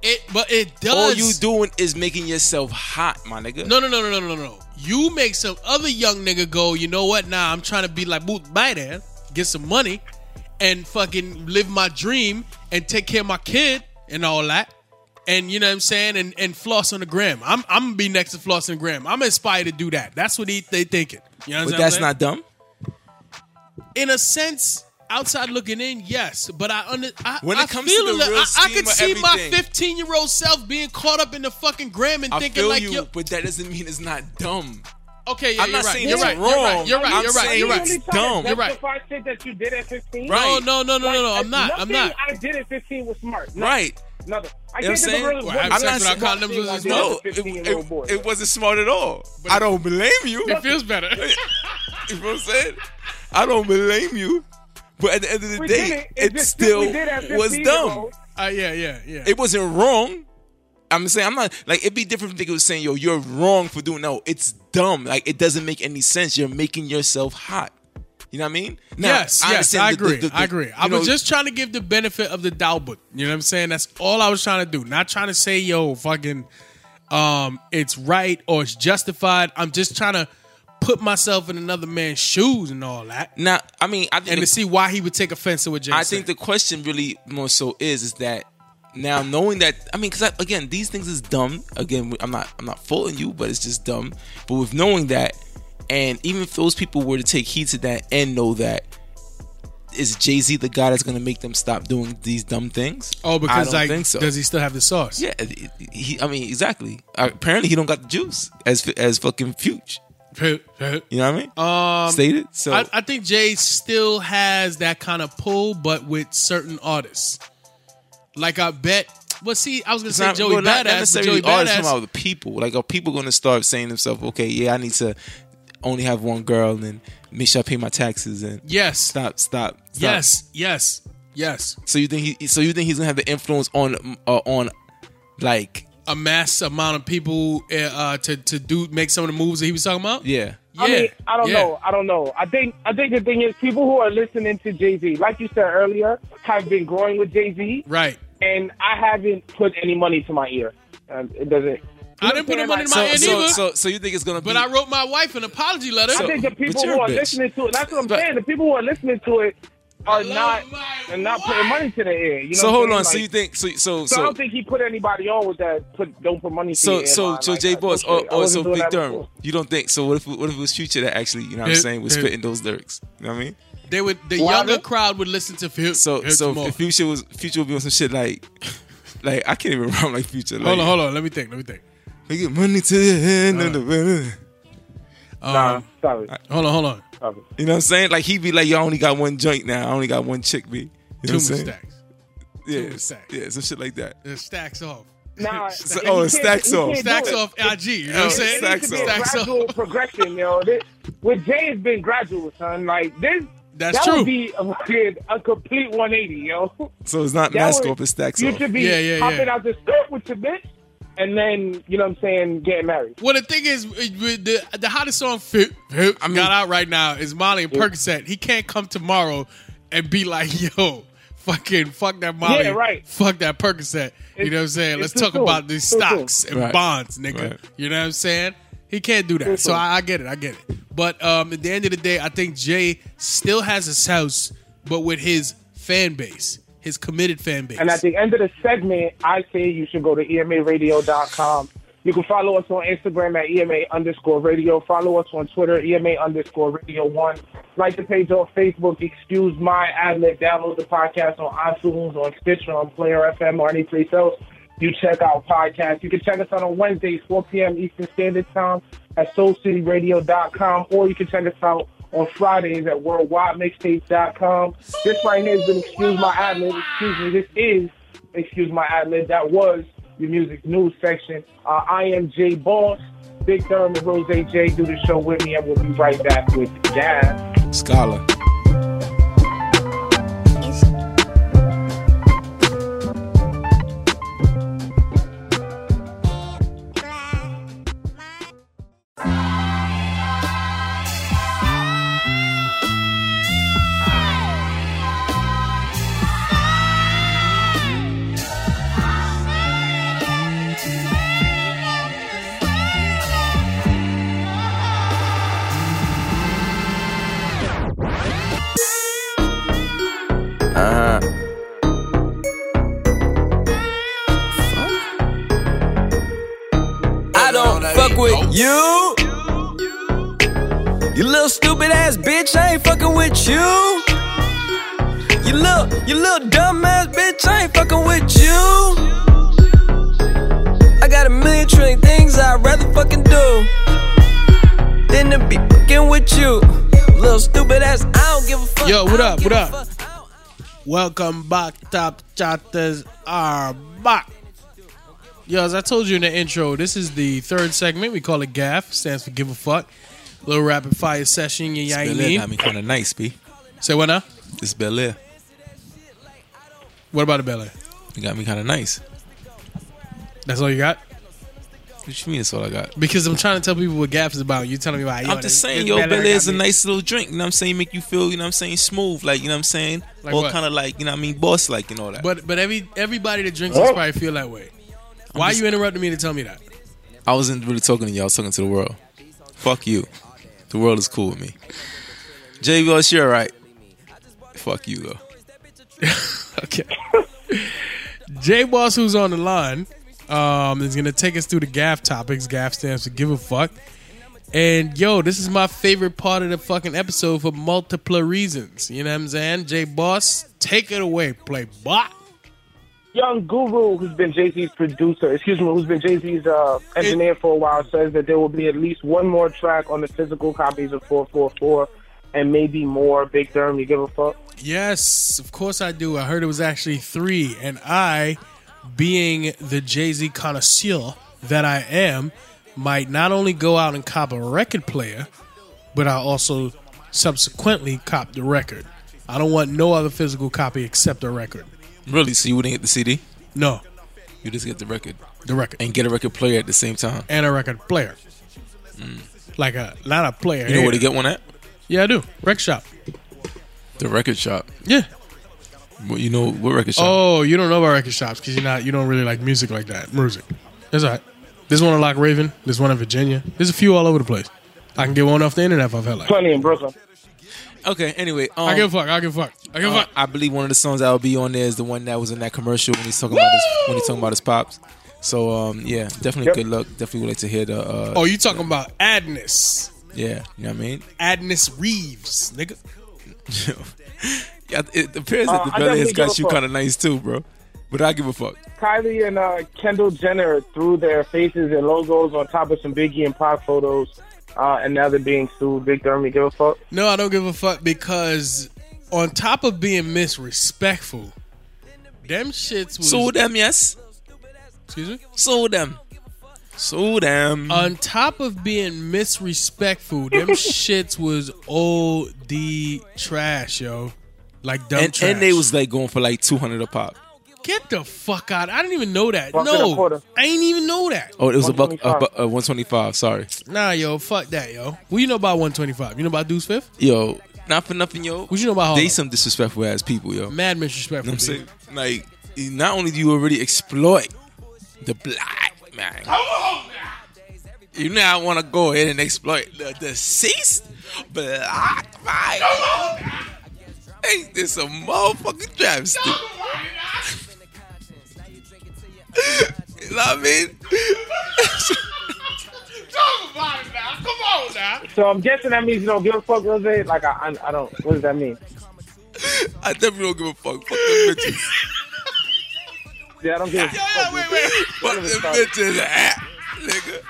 [SPEAKER 3] It, but it does.
[SPEAKER 5] All you doing is making yourself hot, my nigga.
[SPEAKER 3] No, no, no, no, no, no, no, no. You make some other young nigga go. You know what? Nah, I'm trying to be like Booth Biden, get some money, and fucking live my dream and take care of my kid and all that. And you know what I'm saying? And and floss on the gram. I'm I'm gonna be next to floss on the gram. I'm inspired to do that. That's what he, they thinking. You know what
[SPEAKER 5] but
[SPEAKER 3] I'm
[SPEAKER 5] that's
[SPEAKER 3] saying?
[SPEAKER 5] not dumb.
[SPEAKER 3] in a sense, outside looking in, yes. But I under I,
[SPEAKER 5] When
[SPEAKER 3] I
[SPEAKER 5] it comes to
[SPEAKER 3] feel a
[SPEAKER 5] the
[SPEAKER 3] little-
[SPEAKER 5] real
[SPEAKER 3] I, I
[SPEAKER 5] scheme
[SPEAKER 3] could
[SPEAKER 5] of
[SPEAKER 3] see my
[SPEAKER 5] everything.
[SPEAKER 3] 15 year old self being caught up in the fucking gram and
[SPEAKER 5] I
[SPEAKER 3] thinking
[SPEAKER 5] feel
[SPEAKER 3] like
[SPEAKER 5] you,
[SPEAKER 3] yo-
[SPEAKER 5] but that doesn't mean it's not dumb.
[SPEAKER 3] okay, yeah,
[SPEAKER 5] I'm
[SPEAKER 3] you're
[SPEAKER 5] not
[SPEAKER 3] right.
[SPEAKER 5] saying
[SPEAKER 3] you're
[SPEAKER 5] it's
[SPEAKER 3] right.
[SPEAKER 5] wrong.
[SPEAKER 3] You're right.
[SPEAKER 5] I'm
[SPEAKER 3] You're right.
[SPEAKER 5] saying
[SPEAKER 3] You're right.
[SPEAKER 5] it's
[SPEAKER 3] You're
[SPEAKER 4] really
[SPEAKER 3] right.
[SPEAKER 4] trying
[SPEAKER 5] dumb.
[SPEAKER 4] To
[SPEAKER 3] You're right.
[SPEAKER 4] justify shit that you did at 15.
[SPEAKER 5] Right.
[SPEAKER 3] No, no, no, no, no, no.
[SPEAKER 4] Like,
[SPEAKER 3] I'm not. I'm
[SPEAKER 4] nothing
[SPEAKER 3] not.
[SPEAKER 4] I did at 15 was smart. No,
[SPEAKER 5] Right.
[SPEAKER 4] Nothing. I
[SPEAKER 5] You know
[SPEAKER 4] can't
[SPEAKER 5] what I'm
[SPEAKER 4] think of really one
[SPEAKER 5] saying?
[SPEAKER 3] Well, I'm
[SPEAKER 4] thing
[SPEAKER 3] not-
[SPEAKER 4] I
[SPEAKER 3] I call them
[SPEAKER 4] did
[SPEAKER 3] losers.
[SPEAKER 4] as a
[SPEAKER 5] No, it,
[SPEAKER 4] 15-year-old
[SPEAKER 5] it,
[SPEAKER 4] boy.
[SPEAKER 5] it wasn't smart at all. I don't blame you. You
[SPEAKER 3] It feels better.
[SPEAKER 5] know what I'm saying? I don't blame you. But at the end of the
[SPEAKER 4] We did
[SPEAKER 5] day,
[SPEAKER 4] it. It's
[SPEAKER 5] it,
[SPEAKER 4] just shit
[SPEAKER 5] still
[SPEAKER 4] we did at
[SPEAKER 5] was
[SPEAKER 4] 15
[SPEAKER 5] dumb.
[SPEAKER 4] years old.
[SPEAKER 3] Uh, yeah, yeah, yeah.
[SPEAKER 5] It wasn't wrong. I'm saying I'm not like it'd be different if they was saying, yo, you're wrong for doing no. It's dumb. Like it doesn't make any sense. You're making yourself hot. You know what I mean? Now,
[SPEAKER 3] yes, yes,
[SPEAKER 5] understand
[SPEAKER 3] I
[SPEAKER 5] the- the-
[SPEAKER 3] agree.
[SPEAKER 5] the- the-
[SPEAKER 3] I agree. I
[SPEAKER 5] you know,
[SPEAKER 3] was just trying to give the benefit of the doubt, but you know what I'm saying? That's all I was trying to do. Not trying to say, yo, fucking, um, it's right or it's justified. I'm just trying to put myself in another man's shoes and all that.
[SPEAKER 5] now. I mean, I think
[SPEAKER 3] and
[SPEAKER 5] the-
[SPEAKER 3] to see why he would take offense to what Jay
[SPEAKER 5] I
[SPEAKER 3] said.
[SPEAKER 5] think the question really more so is is that now knowing that I mean because again these things is dumb again I'm not I'm not faulting you but it's just dumb but with knowing that and even if those people were to take heed to that and know that is Jay Z the guy that's gonna make them stop doing these dumb things?
[SPEAKER 3] oh,
[SPEAKER 5] I
[SPEAKER 3] because
[SPEAKER 5] don't
[SPEAKER 3] like,
[SPEAKER 5] think so.
[SPEAKER 3] does he still have the sauce?
[SPEAKER 5] yeah, it- it- he. I mean, exactly. Apparently, he don't got the juice as as fucking Fuge. You know what I mean?
[SPEAKER 3] um,
[SPEAKER 5] Stated. So
[SPEAKER 3] I, I think Jay still has that kind of pull, but with certain artists. Like I bet. Well, see, I was gonna
[SPEAKER 5] It's
[SPEAKER 3] say
[SPEAKER 5] not-
[SPEAKER 3] Joey
[SPEAKER 5] well, not- not
[SPEAKER 3] Badass, but
[SPEAKER 5] necessarily
[SPEAKER 3] Joey
[SPEAKER 5] artists, I'm talking
[SPEAKER 3] Badass.
[SPEAKER 5] about the people. Like, are people going to start saying themselves, okay, yeah, I need to only have one girl and make sure I pay my taxes and
[SPEAKER 3] Yes,
[SPEAKER 5] stop, stop, stop.
[SPEAKER 3] yes, yes, yes.
[SPEAKER 5] So you think he? So you think he's gonna have the influence on uh, on like
[SPEAKER 3] A mass amount of people uh, uh, to to do make some of the moves that he was talking about.
[SPEAKER 5] yeah?
[SPEAKER 3] yeah.
[SPEAKER 4] I mean, I don't
[SPEAKER 3] yeah.
[SPEAKER 4] know. I don't know. I think I think the thing is, people who are listening to Jay Z, like you said earlier, have been growing with Jay Z,
[SPEAKER 3] Right.
[SPEAKER 4] and I haven't put any money to my ear. Um, it doesn't.
[SPEAKER 3] I didn't put no money in
[SPEAKER 5] So
[SPEAKER 3] my ear
[SPEAKER 5] so,
[SPEAKER 3] either.
[SPEAKER 5] so so you think it's gonna
[SPEAKER 3] but
[SPEAKER 5] be?
[SPEAKER 3] I wrote my wife an apology letter.
[SPEAKER 4] I think the
[SPEAKER 5] But
[SPEAKER 4] people
[SPEAKER 5] you're
[SPEAKER 4] who
[SPEAKER 5] a
[SPEAKER 4] are
[SPEAKER 5] bitch.
[SPEAKER 4] listening to it, that's what I'm
[SPEAKER 5] But-
[SPEAKER 4] saying. The people who are listening to it are
[SPEAKER 3] love
[SPEAKER 4] not
[SPEAKER 3] my
[SPEAKER 4] and not
[SPEAKER 3] wife.
[SPEAKER 4] putting money to their ear. You know
[SPEAKER 5] so
[SPEAKER 4] what I'm
[SPEAKER 5] hold
[SPEAKER 4] saying?
[SPEAKER 5] on. so
[SPEAKER 4] Like,
[SPEAKER 5] you think? So so
[SPEAKER 4] So, I
[SPEAKER 5] so
[SPEAKER 4] don't think he put anybody on with that. Put don't put money.
[SPEAKER 5] so
[SPEAKER 4] to
[SPEAKER 5] so so Jay Boss
[SPEAKER 4] oh,
[SPEAKER 5] or, or so Big Durham.
[SPEAKER 4] Derm.
[SPEAKER 5] You don't think? So what if what if it was Future that actually you know what I'm
[SPEAKER 3] Yeah,
[SPEAKER 5] saying was
[SPEAKER 3] yeah.
[SPEAKER 5] spitting those lyrics? You know what I mean?
[SPEAKER 3] they would the
[SPEAKER 4] Why
[SPEAKER 3] younger
[SPEAKER 4] not?
[SPEAKER 3] crowd would listen to Phil.
[SPEAKER 5] So
[SPEAKER 3] Phil
[SPEAKER 5] so
[SPEAKER 3] Tomorrow.
[SPEAKER 5] if future was future would be on some shit like like I can't even rhyme like future. Like,
[SPEAKER 3] hold on, hold on. Let me think. Let me think.
[SPEAKER 5] They get money to the end of the winner.
[SPEAKER 3] Um,
[SPEAKER 4] Nah, sorry,
[SPEAKER 3] Hold on, hold on.
[SPEAKER 4] sorry.
[SPEAKER 5] You know what I'm saying? Like he be like, yo, I only got one joint now. I only got one chick. B. You know what
[SPEAKER 3] Two
[SPEAKER 5] I'm saying?
[SPEAKER 3] stacks.
[SPEAKER 5] Yeah,
[SPEAKER 3] Tumor stack.
[SPEAKER 5] yeah, some shit like that.
[SPEAKER 3] It stacks off.
[SPEAKER 4] Nah,
[SPEAKER 5] So-
[SPEAKER 4] you
[SPEAKER 5] oh, it
[SPEAKER 4] can't-
[SPEAKER 5] stacks
[SPEAKER 4] you
[SPEAKER 5] off.
[SPEAKER 4] can't do
[SPEAKER 3] Stacks
[SPEAKER 4] it.
[SPEAKER 3] off IG. You know what I'm
[SPEAKER 5] Yeah,
[SPEAKER 3] saying?
[SPEAKER 5] stacks
[SPEAKER 4] It needs to be a
[SPEAKER 5] off.
[SPEAKER 3] Stacks
[SPEAKER 4] gradual
[SPEAKER 3] off.
[SPEAKER 4] progression, yo. This, with Jay, it's been gradual, son. Like this,
[SPEAKER 3] That's
[SPEAKER 4] that
[SPEAKER 3] true.
[SPEAKER 4] would be a, fucking- a complete 180, yo.
[SPEAKER 5] So it's not
[SPEAKER 4] That
[SPEAKER 5] mask
[SPEAKER 4] would-
[SPEAKER 5] off, it's stacks
[SPEAKER 4] You
[SPEAKER 5] off.
[SPEAKER 4] should be
[SPEAKER 3] Yeah, yeah,
[SPEAKER 4] hopping
[SPEAKER 3] yeah.
[SPEAKER 4] out the strip with your bitch, and then you know what I'm saying, getting married.
[SPEAKER 3] Well, the thing is, it- with the the hottest song fit,
[SPEAKER 5] mean-
[SPEAKER 3] got out right now is Molly and Percocet. He can't come tomorrow and be like, "Yo, fucking fuck that Molly,
[SPEAKER 4] Yeah, right.
[SPEAKER 3] fuck that Percocet." You
[SPEAKER 4] It's-
[SPEAKER 3] know what I'm saying? Let's
[SPEAKER 4] it's too
[SPEAKER 3] talk
[SPEAKER 4] soon.
[SPEAKER 3] about these
[SPEAKER 4] Too soon.
[SPEAKER 3] stocks and
[SPEAKER 5] Right.
[SPEAKER 3] bonds, nigga.
[SPEAKER 5] Right.
[SPEAKER 3] You know what I'm saying? He can't do that. So
[SPEAKER 4] soon.
[SPEAKER 3] I, I get it. I get it. But um, at the end of the day, I think Jay still has his house, but with his fan base, his committed fan base.
[SPEAKER 4] And at the end of the segment, I say you should go to E emaradio.com. You can follow us on Instagram at EMA underscore radio. Follow us on Twitter, EMA underscore radio one. Like the page on Facebook, excuse my adlet. Download the podcast on iTunes, on Stitcher, on Player FM, or any place else. You check out podcasts. You can check us out on Wednesdays, 4 p.m. Eastern Standard Time at soulcityradio.com, or you can check us out on Fridays at worldwidemixtapes.com. This right here has been Excuse My Ad Lib. Excuse me, this is Excuse My Ad Lib. That was your music news section. Uh, I am Jay Boss. Big Durham and Rose J do the show with me, and we'll be right back with Jazz.
[SPEAKER 5] Scholar.
[SPEAKER 3] oh.
[SPEAKER 7] You? You little stupid ass bitch, I ain't fucking with you. You little, you little dumb ass bitch, I ain't fucking with you. I got a million trillion things I'd rather fucking do than to be fucking with you. Little stupid ass, I don't give a fuck.
[SPEAKER 3] Yo, what
[SPEAKER 7] I don't
[SPEAKER 3] up,
[SPEAKER 7] give
[SPEAKER 3] what
[SPEAKER 7] a
[SPEAKER 3] up?
[SPEAKER 7] fuck. I don't-
[SPEAKER 3] Welcome back, Top Chatters are back. Yo, as I told you in the intro, this is the third segment. We call it GAF, stands for Give a Fuck. Little rapid fire session, you know what I
[SPEAKER 5] Bel Air got
[SPEAKER 3] mean?
[SPEAKER 5] me kind of nice, B.
[SPEAKER 3] Say what now?
[SPEAKER 5] It's Bel Air.
[SPEAKER 3] What about the Bel Air?
[SPEAKER 5] It got me kind of nice.
[SPEAKER 3] That's all you got?
[SPEAKER 5] What you mean that's all I got?
[SPEAKER 3] Because I'm trying to tell people what GAF is about. You're telling me about yo,
[SPEAKER 5] I'm just
[SPEAKER 3] this-
[SPEAKER 5] saying,
[SPEAKER 3] this
[SPEAKER 5] yo,
[SPEAKER 3] Bel Air
[SPEAKER 5] Bel Air's
[SPEAKER 3] got
[SPEAKER 5] a
[SPEAKER 3] me-
[SPEAKER 5] nice little drink. You know what I'm saying? Make you feel, you know what I'm saying, smooth. Like, you know what I'm saying?
[SPEAKER 3] Like
[SPEAKER 5] all
[SPEAKER 3] what?
[SPEAKER 5] kind of like, you know what I mean, boss like and all that.
[SPEAKER 3] But but every everybody that drinks this probably feel that way. Why
[SPEAKER 5] just-
[SPEAKER 3] you interrupting me to tell me that?
[SPEAKER 5] I wasn't really talking to y'all. I was talking to the world. Fuck you. The world is cool with me. JBL, you're right. Fuck you though.
[SPEAKER 3] Okay. J Boss, who's on the line, um, is gonna take us through the GAF topics. GAF stands for give a fuck. And yo, this is my favorite part of the fucking episode for multiple reasons. You know what I'm saying? J Boss, take it away, play bot.
[SPEAKER 4] young guru who's been Jay Z's producer, excuse me, who's been Jay Z's uh, engineer for a while, says that there will be at least one more track on the physical copies of 444 and maybe more. Big Durham, you give a fuck?
[SPEAKER 3] Yes, of course I do. I heard it was actually three, and I, being the Jay Z connoisseur that I am, might not only go out and cop a record player, but I also subsequently cop the record. I don't want no other physical copy except a record.
[SPEAKER 5] Really? So you wouldn't get the CD?
[SPEAKER 3] No,
[SPEAKER 5] You just get the record
[SPEAKER 3] the record
[SPEAKER 5] and get a record player at the same time.
[SPEAKER 3] and a record player, like a not a player.
[SPEAKER 5] Mm. You know where to get one at?
[SPEAKER 3] Yeah, I do. Rec shop.
[SPEAKER 5] The record shop.
[SPEAKER 3] Yeah.
[SPEAKER 5] Well, you know what record shop?
[SPEAKER 3] Oh, you don't know about record shops because you're not you don't really like music like that. Music. That's all right. There's one in Lock Raven. There's one in Virginia. There's a few all over the place. I can get one off the internet if I felt like. it.
[SPEAKER 4] Plenty in Brooklyn.
[SPEAKER 5] Okay. Anyway, um,
[SPEAKER 3] I give a fuck. I give a fuck. I give a
[SPEAKER 5] uh,
[SPEAKER 3] fuck.
[SPEAKER 5] I believe one of the songs that will be on there is the one that was in that commercial when he's talking about his when he's talking about his pops. So um, yeah, definitely
[SPEAKER 4] Yep.
[SPEAKER 5] good luck. Definitely would like to hear the uh,
[SPEAKER 3] Oh, you talking about Adnis?
[SPEAKER 5] yeah. You know what I mean?
[SPEAKER 3] Adnis Reeves, nigga.
[SPEAKER 5] Yeah, it appears
[SPEAKER 4] Uh,
[SPEAKER 5] that the
[SPEAKER 4] I
[SPEAKER 5] belly
[SPEAKER 4] definitely
[SPEAKER 5] has
[SPEAKER 4] give
[SPEAKER 5] got
[SPEAKER 4] a
[SPEAKER 5] you
[SPEAKER 4] fuck.
[SPEAKER 5] kind of nice too, bro. But I give a fuck.
[SPEAKER 4] Kylie and uh, Kendall Jenner threw their faces and logos on top of some Biggie and Pac photos, uh, and now they're being sued. Big Durham, you give a fuck?
[SPEAKER 3] No, I don't give a fuck because on top of being misrespectful, them shits was
[SPEAKER 5] Sue them, yes.
[SPEAKER 3] excuse me.
[SPEAKER 5] Sue them. Sue them.
[SPEAKER 3] On top of being misrespectful, them shits was OD trash, yo. Like dumb
[SPEAKER 5] and,
[SPEAKER 3] trash.
[SPEAKER 5] and they was like going for like 200 a pop.
[SPEAKER 3] get the fuck out. I didn't even know that.
[SPEAKER 4] Fuck it, a
[SPEAKER 3] no,
[SPEAKER 4] quarter.
[SPEAKER 3] I ain't even know that.
[SPEAKER 5] Oh, it was a buck, a
[SPEAKER 4] 125.
[SPEAKER 5] buck uh, 125. Sorry.
[SPEAKER 3] Nah, yo, fuck that, yo. What you know about 125? You know about Deuce Fifth?
[SPEAKER 5] Yo, not for nothing, yo. Oh.
[SPEAKER 3] What you know about Harlem?
[SPEAKER 5] They some disrespectful ass people, yo.
[SPEAKER 3] Mad misrespectful.
[SPEAKER 5] You know
[SPEAKER 3] dude.
[SPEAKER 5] what I'm saying? Like, you- not only do you already exploit the black man, you now want to go ahead and exploit the deceased black man. Ain't this a motherfucking travesty? you know what I mean?
[SPEAKER 4] So I'm guessing that means you don't give a fuck, Rose? Like, I, I, I don't. What does that mean?
[SPEAKER 5] I definitely don't give a fuck. Fuck them bitches.
[SPEAKER 4] Yeah, I don't give a fuck.
[SPEAKER 5] Fuck them bitches, ah, nigga.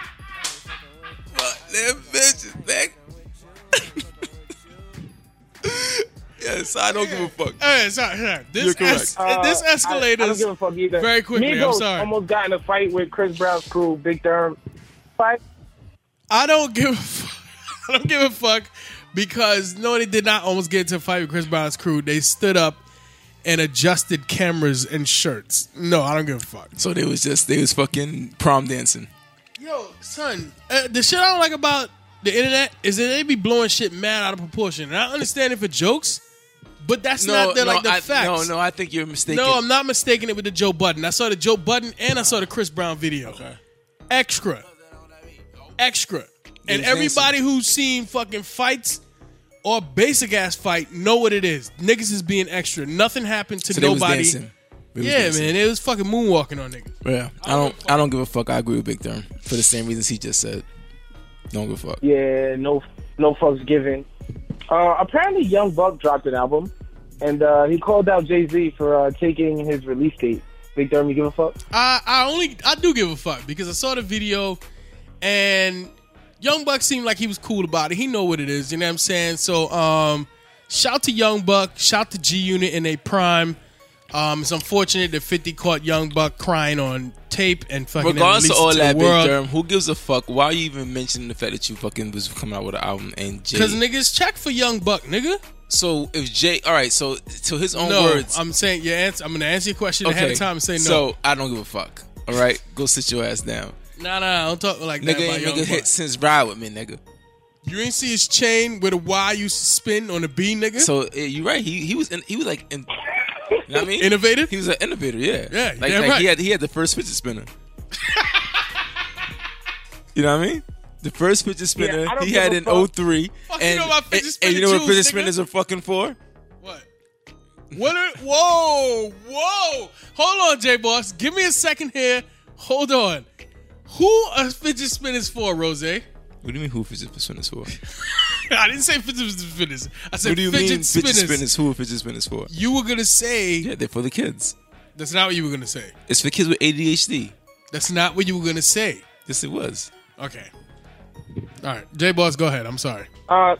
[SPEAKER 5] Fuck them bitches, nigga. yes, I don't give a fuck.
[SPEAKER 3] Hey, sorry, sorry.
[SPEAKER 5] You're
[SPEAKER 3] This,
[SPEAKER 5] correct.
[SPEAKER 3] es-
[SPEAKER 4] Uh,
[SPEAKER 3] this
[SPEAKER 4] I, I don't
[SPEAKER 3] escalators.
[SPEAKER 4] give a fuck either.
[SPEAKER 3] very quickly, I'm
[SPEAKER 4] Migos
[SPEAKER 3] sorry.
[SPEAKER 4] almost got in a fight with Chris Brown's crew, Big Durham. Fight.
[SPEAKER 3] I don't give a fuck. I don't give a fuck because no, they did not almost get into a fight with Chris Brown's crew. They stood up and adjusted cameras and shirts. No, I don't give a fuck.
[SPEAKER 5] So they was just they was fucking prom dancing.
[SPEAKER 3] Yo, son, uh, the shit I don't like about the internet is that they be blowing shit mad out of proportion. And I understand it for jokes, but that's not the, like the
[SPEAKER 5] I,
[SPEAKER 3] facts.
[SPEAKER 5] No, no, I think you're mistaken.
[SPEAKER 3] No, I'm not mistaking it with the Joe Budden. I saw the Joe Budden and I saw the Chris Brown video. Extra. Extra. And
[SPEAKER 5] Yes,
[SPEAKER 3] everybody who's seen fucking fights or basic ass fight know what it is. Niggas is being extra. Nothing happened to
[SPEAKER 5] So they was
[SPEAKER 3] nobody.
[SPEAKER 5] dancing. They was
[SPEAKER 3] yeah,
[SPEAKER 5] dancing.
[SPEAKER 3] man. It was fucking moonwalking on niggas.
[SPEAKER 5] Yeah, I don't. I don't give a fuck. I agree with Big Durham for the same reasons he just said. Don't give a fuck.
[SPEAKER 4] Yeah, no, no fucks given. Uh, apparently, Young Buck dropped an album, and uh, he called out Jay Z for uh, taking his release date. Big Durham, you give a fuck?
[SPEAKER 3] I, I only I do give a fuck because I saw the video and Young Buck seemed like he was cool about it. He know what it is, you know what I'm saying? So um shout to Young Buck, shout to G Unit in a prime. Um it's unfortunate that 50 caught Young Buck crying on tape and fucking
[SPEAKER 5] Regardless of all that,
[SPEAKER 3] the
[SPEAKER 5] Big
[SPEAKER 3] world.
[SPEAKER 5] Durham, who gives a fuck? Why are you even mentioning the fact that you fucking was coming out with an album and Jay?
[SPEAKER 3] Cause niggas check for Young Buck, nigga.
[SPEAKER 5] so if Jay, all right, so to his own
[SPEAKER 3] No,
[SPEAKER 5] words,
[SPEAKER 3] I'm saying your answer. I'm gonna answer your question ahead of time and say no.
[SPEAKER 5] So I don't give a fuck. All right, go sit your ass down.
[SPEAKER 3] nah, nah, don't talk like that
[SPEAKER 5] Nigga
[SPEAKER 3] about
[SPEAKER 5] ain't
[SPEAKER 3] Young
[SPEAKER 5] make a
[SPEAKER 3] Buck.
[SPEAKER 5] hit since Ride With Me, nigga.
[SPEAKER 3] You ain't see his chain with a Y you spin on a B, nigga.
[SPEAKER 5] So eh, you right. He he was in, he was like in, you know what I mean
[SPEAKER 3] Innovative?
[SPEAKER 5] He was an innovator. Yeah.
[SPEAKER 3] Yeah,
[SPEAKER 5] Like,
[SPEAKER 3] damn
[SPEAKER 5] like
[SPEAKER 3] right.
[SPEAKER 5] he had he had the first fidget spinner. you know what I mean? The first fidget spinner
[SPEAKER 4] I don't
[SPEAKER 5] he
[SPEAKER 4] give
[SPEAKER 5] had
[SPEAKER 4] a
[SPEAKER 5] in
[SPEAKER 4] fuck.
[SPEAKER 5] 03.
[SPEAKER 3] Fuck, you
[SPEAKER 5] and,
[SPEAKER 3] know about fidget
[SPEAKER 5] and-
[SPEAKER 3] spinner
[SPEAKER 5] and you know what
[SPEAKER 3] juice,
[SPEAKER 5] fidget
[SPEAKER 3] nigga?
[SPEAKER 5] spinners are fucking for?
[SPEAKER 3] What? What are, whoa, whoa. Hold on, J Boss. Give me a second here. Hold on. Who are fidget spinners for, Rose? I
[SPEAKER 5] What do you mean who fidget spinners for?
[SPEAKER 3] didn't say fidget spinners. I said
[SPEAKER 5] Who do you
[SPEAKER 3] fidget,
[SPEAKER 5] mean
[SPEAKER 3] spinners.
[SPEAKER 5] fidget spinners? Who are fidget spinners for?
[SPEAKER 3] You were gonna say
[SPEAKER 5] Yeah, they're for the kids.
[SPEAKER 3] that's not what you were gonna say.
[SPEAKER 5] It's for kids with ADHD.
[SPEAKER 3] That's not what you were gonna say.
[SPEAKER 5] Yes, it was.
[SPEAKER 3] Okay. All right, J Boss, go ahead. I'm sorry.
[SPEAKER 4] Uh,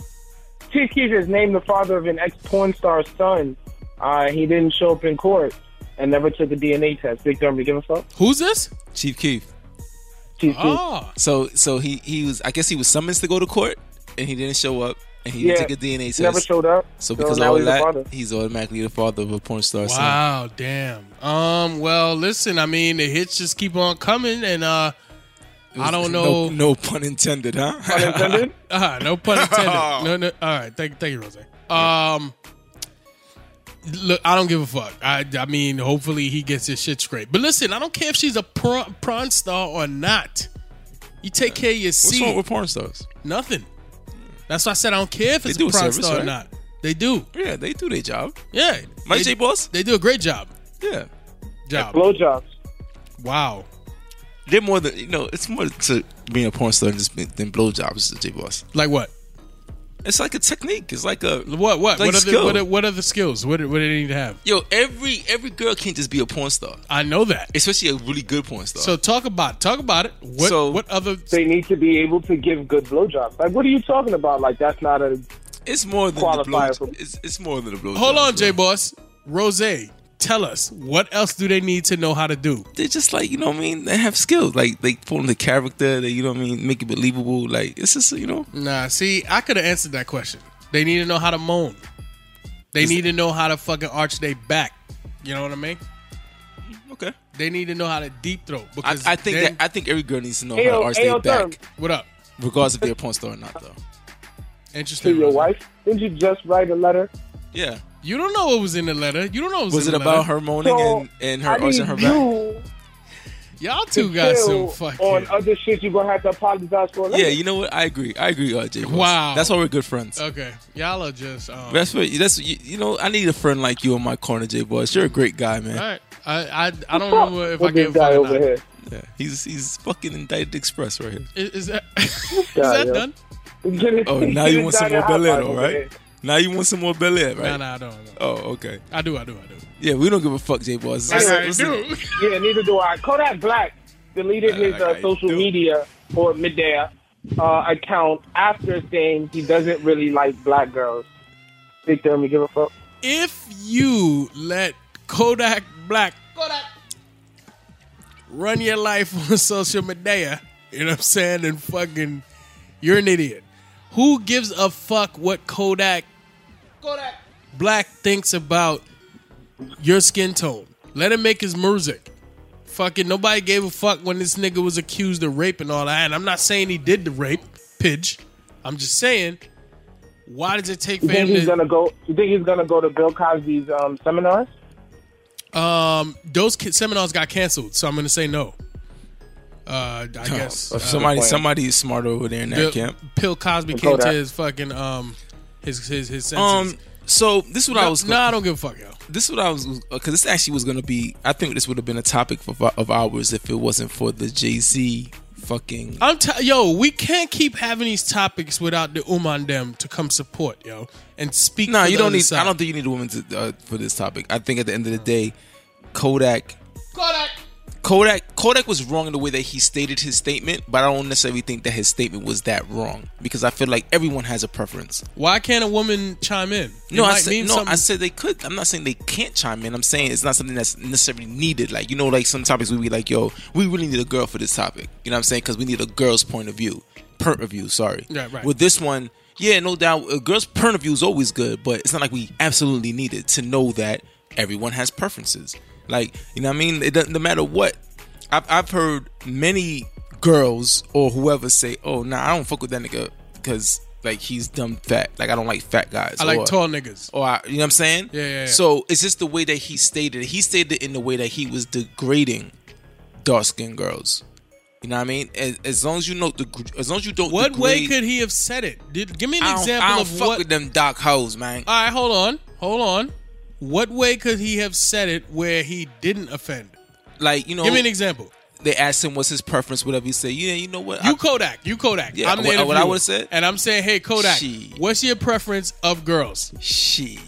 [SPEAKER 4] Chief Keef is named the father of an ex porn star's son. Uh, he didn't show up in court and never took a DNA test. Big Durham, you give a fuck?
[SPEAKER 3] Who's this?
[SPEAKER 5] Chief Keith.
[SPEAKER 4] Chief Keef.
[SPEAKER 3] Oh,
[SPEAKER 5] So so he he was I guess he was summons to go to court and he didn't show up and he
[SPEAKER 4] Yeah,
[SPEAKER 5] didn't take a DNA test.
[SPEAKER 4] Never showed up.
[SPEAKER 5] So because
[SPEAKER 4] now
[SPEAKER 5] all
[SPEAKER 4] he's a father.
[SPEAKER 5] that, he's automatically the father of a porn star. Son.
[SPEAKER 3] Wow, damn. Um, well, listen, I mean, the hits just keep on coming, and uh, I don't know.
[SPEAKER 5] No, no pun intended, huh?
[SPEAKER 4] Unintended?
[SPEAKER 3] Uh, no pun intended. No, no. All right, thank, thank you, Rose. Um, look, I don't give a fuck. I, I mean, hopefully he gets his shit straight. But listen, I don't care if she's a prawn, prawn star or not. You take care of your
[SPEAKER 5] What's
[SPEAKER 3] seed.
[SPEAKER 5] wrong with porn stars?
[SPEAKER 3] Nothing. That's why I said I don't care if it's
[SPEAKER 5] do
[SPEAKER 3] a
[SPEAKER 5] a
[SPEAKER 3] prawn
[SPEAKER 5] service,
[SPEAKER 3] star or
[SPEAKER 5] right?
[SPEAKER 3] not. They do.
[SPEAKER 5] Yeah, they do their job.
[SPEAKER 3] Yeah.
[SPEAKER 5] My
[SPEAKER 3] they,
[SPEAKER 5] J boss.
[SPEAKER 3] they do a great job.
[SPEAKER 5] Yeah,
[SPEAKER 3] Job.
[SPEAKER 4] Blowjobs.
[SPEAKER 3] Wow.
[SPEAKER 5] they're more than you know. It's more to being a porn star than just being, than blowjobs, J boss.
[SPEAKER 3] Like what?
[SPEAKER 5] It's like a technique. It's like a
[SPEAKER 3] What? What?
[SPEAKER 5] Like
[SPEAKER 3] what, are the,
[SPEAKER 5] skill.
[SPEAKER 3] what, are, what are the skills? What, do- what do they need to have?
[SPEAKER 5] yo. Every every girl can't just be a porn star,
[SPEAKER 3] I know that.
[SPEAKER 5] especially a really good porn star.
[SPEAKER 3] So talk about it. talk about it. What?
[SPEAKER 5] So-
[SPEAKER 3] what other?
[SPEAKER 4] They need to be able to give good blowjobs. Like, what are you talking about? Like, that's not a.
[SPEAKER 5] it's more than the blow,
[SPEAKER 4] Qualifier for-
[SPEAKER 5] it's, it's more than a blowjob.
[SPEAKER 3] Hold on,
[SPEAKER 5] bro.
[SPEAKER 3] J Boss. Rose, tell us what else do they need to know how to do?
[SPEAKER 5] they're just like you know what I mean. They have skills, like they form the character. They you know what I mean, make it believable. Like it's just you know.
[SPEAKER 3] Nah, see, I could have answered that question. They need to know how to moan. They need to know how to fucking arch their back. You know what I mean?
[SPEAKER 5] Okay.
[SPEAKER 3] They need to know how to deep throat.
[SPEAKER 5] I,
[SPEAKER 3] Because
[SPEAKER 5] I think
[SPEAKER 3] then-
[SPEAKER 5] that I think every girl needs to know how
[SPEAKER 4] Ayo,
[SPEAKER 5] to arch their
[SPEAKER 4] Ayo, Durham,
[SPEAKER 5] back,
[SPEAKER 3] what up?
[SPEAKER 5] regardless if they're a porn star or not, though.
[SPEAKER 4] to
[SPEAKER 3] Interesting.
[SPEAKER 4] your
[SPEAKER 3] Rose.
[SPEAKER 4] wife? Didn't you just write a letter?
[SPEAKER 5] Yeah.
[SPEAKER 3] You don't know what was in the letter. You don't know what was,
[SPEAKER 5] Was
[SPEAKER 3] in
[SPEAKER 5] it
[SPEAKER 3] the
[SPEAKER 5] about
[SPEAKER 3] letter.
[SPEAKER 5] her moaning
[SPEAKER 4] So,
[SPEAKER 5] and, and
[SPEAKER 4] I
[SPEAKER 5] her arching her
[SPEAKER 4] need
[SPEAKER 5] back?
[SPEAKER 4] you
[SPEAKER 3] Y'all
[SPEAKER 4] to
[SPEAKER 3] two got some
[SPEAKER 4] chill on
[SPEAKER 3] fucking.
[SPEAKER 4] other shit you're going to have to apologize for later.
[SPEAKER 5] Yeah, you know what? I agree. I agree, RJ. Boss.
[SPEAKER 3] Wow.
[SPEAKER 5] That's why we're good friends.
[SPEAKER 3] Okay, y'all are just. Um,
[SPEAKER 5] That's what. That's you, you know. I need a friend like you in my corner, J. Boss. You're a great guy, man.
[SPEAKER 3] All right. I I, I don't
[SPEAKER 4] Fuck
[SPEAKER 3] know if I
[SPEAKER 4] with
[SPEAKER 3] gave
[SPEAKER 4] this
[SPEAKER 3] a fuck
[SPEAKER 4] guy
[SPEAKER 3] or
[SPEAKER 4] over
[SPEAKER 3] not.
[SPEAKER 4] here.
[SPEAKER 5] Yeah. He's he's fucking indicted express right here.
[SPEAKER 3] Is, is that is
[SPEAKER 4] guy,
[SPEAKER 3] that
[SPEAKER 4] yo.
[SPEAKER 3] done?
[SPEAKER 5] Oh, now you want some more Bel Air, all right? Now you want some more Bel Air, right?
[SPEAKER 3] No, no, I don't. know.
[SPEAKER 5] Oh, okay.
[SPEAKER 3] I do, I do, I do.
[SPEAKER 5] Yeah, we don't give a fuck, J. Boss.
[SPEAKER 3] I
[SPEAKER 5] Listen-
[SPEAKER 3] already
[SPEAKER 5] listen-
[SPEAKER 3] do.
[SPEAKER 4] Yeah, neither do I. Kodak Black deleted his
[SPEAKER 5] I
[SPEAKER 4] uh,
[SPEAKER 5] do.
[SPEAKER 4] social media or Medea uh, account after saying he doesn't really like black girls. Big Durham, you give a fuck?
[SPEAKER 3] If you let Kodak Black Kodak run your life on social media, you know what I'm saying, and fucking, you're an idiot. Who gives a fuck what Kodak Kodak Black thinks about your skin tone? Let him make his music. Fucking nobody gave a fuck when this nigga was accused of rape and all that. And I'm not saying he did the rape, Pidge. I'm just saying, why does it take for
[SPEAKER 4] You think
[SPEAKER 3] him
[SPEAKER 4] he's
[SPEAKER 3] to
[SPEAKER 4] gonna go? You think he's gonna go to Bill Cosby's um, seminars?
[SPEAKER 3] Um, those ki- seminars got canceled, so I'm gonna say no. Uh, I
[SPEAKER 5] Oh,
[SPEAKER 3] guess
[SPEAKER 5] if
[SPEAKER 3] uh,
[SPEAKER 5] somebody somebody is smarter over there in that
[SPEAKER 3] Bill,
[SPEAKER 5] camp.
[SPEAKER 3] Bill Cosby came to
[SPEAKER 4] Kodak.
[SPEAKER 3] his fucking um his his his senses.
[SPEAKER 5] Um. So this is what I was.
[SPEAKER 3] no, I don't give a fuck, yo.
[SPEAKER 5] this is what I was because this actually was going to be. I think this would have been a topic for, of ours if it wasn't for the Jay Z fucking.
[SPEAKER 3] I'm t- yo, we can't keep having these topics without the umandem to come support, yo, and speak.
[SPEAKER 5] No,
[SPEAKER 3] for
[SPEAKER 5] you
[SPEAKER 3] the
[SPEAKER 5] don't
[SPEAKER 3] other
[SPEAKER 5] need.
[SPEAKER 3] Side.
[SPEAKER 5] I don't think you need a woman to, uh, for this topic. I think at the end of the day, Kodak. Kodak. Kodak. Kodak was wrong in the way that he stated his statement, but I don't necessarily think that his statement was that wrong because I feel like everyone has a preference.
[SPEAKER 3] Why can't a woman chime in? It
[SPEAKER 5] No, I
[SPEAKER 3] might
[SPEAKER 5] said
[SPEAKER 3] mean
[SPEAKER 5] no. I
[SPEAKER 3] something-
[SPEAKER 5] said they could. I'm not saying they can't chime in. I'm saying it's not something that's necessarily needed. Like you know, like some topics we be like, yo, we really need a girl for this topic. You know what I'm saying? Because we need a girl's point of view, point of view. Sorry.
[SPEAKER 3] Right, right.
[SPEAKER 5] With this one, yeah, no doubt, a girl's point of view is always good, but it's not like we absolutely need it to know that everyone has preferences. Like you know, what I mean, it doesn't no matter what. I've I've heard many girls or whoever say, oh, nah, I don't fuck with that nigga because. Like he's dumb fat. Like I don't like fat guys.
[SPEAKER 3] I like
[SPEAKER 5] or-
[SPEAKER 3] tall niggas.
[SPEAKER 5] or I, you know what I'm saying?
[SPEAKER 3] Yeah, yeah, yeah.
[SPEAKER 5] So it's just the way that he stated. it. He stated it in the way that he was degrading dark skinned girls. You know what I mean? As, as long as you know the, as long as you don't.
[SPEAKER 3] What way
[SPEAKER 5] degrade-
[SPEAKER 3] could he have said it? Did, give me an
[SPEAKER 5] I don't,
[SPEAKER 3] example
[SPEAKER 5] I don't
[SPEAKER 3] of
[SPEAKER 5] fuck
[SPEAKER 3] what.
[SPEAKER 5] with them dark hoes, man?
[SPEAKER 3] All right, hold on, hold on. What way could he have said it where he didn't offend?
[SPEAKER 5] Like you know,
[SPEAKER 3] Give me an example.
[SPEAKER 5] they asked him what's his preference, whatever. He said, yeah, you know what?
[SPEAKER 3] You
[SPEAKER 5] I-
[SPEAKER 3] Kodak, you Kodak.
[SPEAKER 5] Yeah,
[SPEAKER 3] I'm the
[SPEAKER 5] what- what I
[SPEAKER 3] interviewer.
[SPEAKER 5] would've said?
[SPEAKER 3] And I'm saying, hey Kodak,
[SPEAKER 5] She-
[SPEAKER 3] what's your preference of girls?
[SPEAKER 5] she.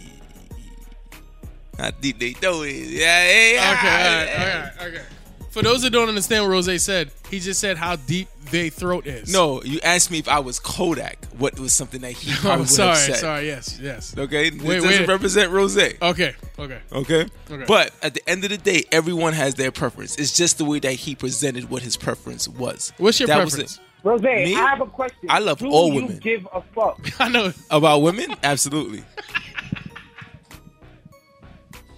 [SPEAKER 5] I think they do it. Yeah, yeah, yeah.
[SPEAKER 3] Okay, all right, all right, okay. For those that don't understand what Rose said, he just said how deep they throat is.
[SPEAKER 5] No, you asked me if I was Kodak. What was something that he
[SPEAKER 3] I'm
[SPEAKER 5] probably would
[SPEAKER 3] Oh, sorry,
[SPEAKER 5] have said.
[SPEAKER 3] sorry, yes, yes.
[SPEAKER 5] Okay, it
[SPEAKER 3] Wait,
[SPEAKER 5] doesn't
[SPEAKER 3] wait.
[SPEAKER 5] represent Rose.
[SPEAKER 3] Okay, okay.
[SPEAKER 5] Okay?
[SPEAKER 3] Okay.
[SPEAKER 5] But at the end of the day, everyone has their preference. It's just the way that he presented what his preference was.
[SPEAKER 3] What's your
[SPEAKER 5] That was
[SPEAKER 3] preference?
[SPEAKER 5] it.
[SPEAKER 4] Rose,
[SPEAKER 5] Me?
[SPEAKER 4] I have a question.
[SPEAKER 5] I love
[SPEAKER 4] Do
[SPEAKER 5] all
[SPEAKER 4] you
[SPEAKER 5] women.
[SPEAKER 4] Give a fuck.
[SPEAKER 3] I know.
[SPEAKER 5] About women? Absolutely.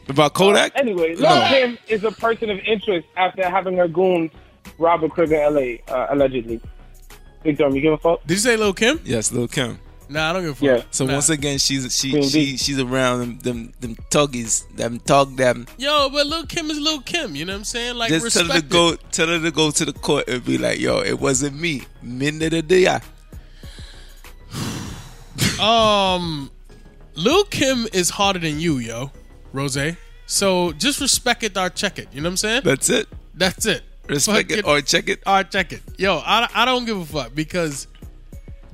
[SPEAKER 5] About Kodak?
[SPEAKER 4] Anyway,
[SPEAKER 5] Oh, No.
[SPEAKER 4] Lil Kim is a person of interest after having her goons rob a crib in LA, uh, allegedly. Big Dom, you give a fuck?
[SPEAKER 3] Did you say Lil Kim?
[SPEAKER 5] Yes, Lil Kim.
[SPEAKER 3] Nah, I don't give a fuck.
[SPEAKER 4] Yeah.
[SPEAKER 5] So
[SPEAKER 3] Nah.
[SPEAKER 5] once again, she's she
[SPEAKER 4] Queen
[SPEAKER 5] she
[SPEAKER 4] B.
[SPEAKER 5] she's around them them, them tuggies, them tug them.
[SPEAKER 3] Yo, but Lil Kim is Lil Kim. You know what I'm saying? Like,
[SPEAKER 5] Just tell
[SPEAKER 3] respect
[SPEAKER 5] her to
[SPEAKER 3] it.
[SPEAKER 5] go tell her to go to the court and be like, yo, it wasn't me. Minute of the day.
[SPEAKER 3] Um, Lil Kim is harder than you, yo, Rose. So just respect it or check it. You know what I'm saying?
[SPEAKER 5] That's it.
[SPEAKER 3] That's it.
[SPEAKER 5] Respect
[SPEAKER 3] Fuck
[SPEAKER 5] it or check it.
[SPEAKER 3] or check it. Yo, I, I don't give a fuck because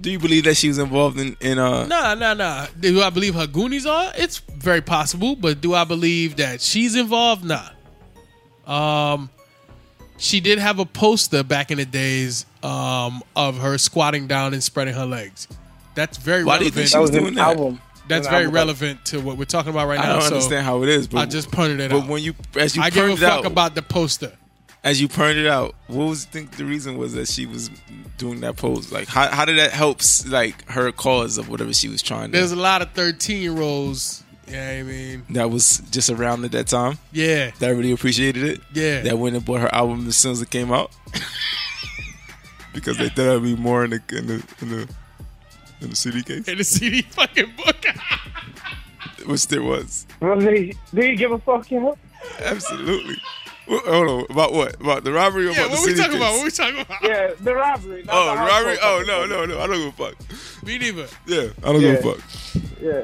[SPEAKER 5] Do you believe that she was involved in in uh
[SPEAKER 3] nah nah nah. Do I believe her Goonies are? It's very possible, but do I believe that she's involved? Nah. Um, she did have a poster back in the days um of her squatting down and spreading her legs. That's very
[SPEAKER 5] Why do you
[SPEAKER 3] relevant.
[SPEAKER 5] think she
[SPEAKER 4] That
[SPEAKER 5] was
[SPEAKER 4] was
[SPEAKER 5] doing
[SPEAKER 4] an
[SPEAKER 5] that?
[SPEAKER 4] album.
[SPEAKER 3] That's
[SPEAKER 4] An
[SPEAKER 3] very
[SPEAKER 4] album.
[SPEAKER 3] relevant to what we're talking about right
[SPEAKER 5] I
[SPEAKER 3] now.
[SPEAKER 5] don't
[SPEAKER 3] so
[SPEAKER 5] understand how it is, but
[SPEAKER 3] I just pointed it
[SPEAKER 5] But
[SPEAKER 3] out.
[SPEAKER 5] when you as you
[SPEAKER 3] I give a
[SPEAKER 5] pointed
[SPEAKER 3] fuck
[SPEAKER 5] out
[SPEAKER 3] about the poster.
[SPEAKER 5] as you pointed out, what was you think the reason was that she was doing that pose? Like how how did that help like her cause of whatever she was trying to?
[SPEAKER 3] There's a lot of 13 year olds. Yeah, I mean,
[SPEAKER 5] that was just around at that time.
[SPEAKER 3] yeah.
[SPEAKER 5] That really appreciated it.
[SPEAKER 3] Yeah.
[SPEAKER 5] That went and bought her album as soon as it came out because they thought it'd be more in the in the in the, in the CD case,
[SPEAKER 3] In the CD fucking book.
[SPEAKER 5] which there was
[SPEAKER 4] Rose, do you give a fuck, yo?
[SPEAKER 5] absolutely. Wh- Hold on, about what? About the robbery? Or
[SPEAKER 3] yeah,
[SPEAKER 5] about
[SPEAKER 3] what
[SPEAKER 5] the
[SPEAKER 3] we
[SPEAKER 5] CD
[SPEAKER 3] talking
[SPEAKER 5] case?
[SPEAKER 3] about? What we talking about?
[SPEAKER 4] Yeah, the robbery. not
[SPEAKER 5] Oh,
[SPEAKER 4] the
[SPEAKER 5] the
[SPEAKER 4] household
[SPEAKER 5] robbery? Oh
[SPEAKER 4] fucking
[SPEAKER 5] no
[SPEAKER 4] thing.
[SPEAKER 5] no no! I don't give a fuck.
[SPEAKER 3] Me neither.
[SPEAKER 5] Yeah, I don't give a
[SPEAKER 4] Yeah.
[SPEAKER 5] fuck.
[SPEAKER 4] Yeah,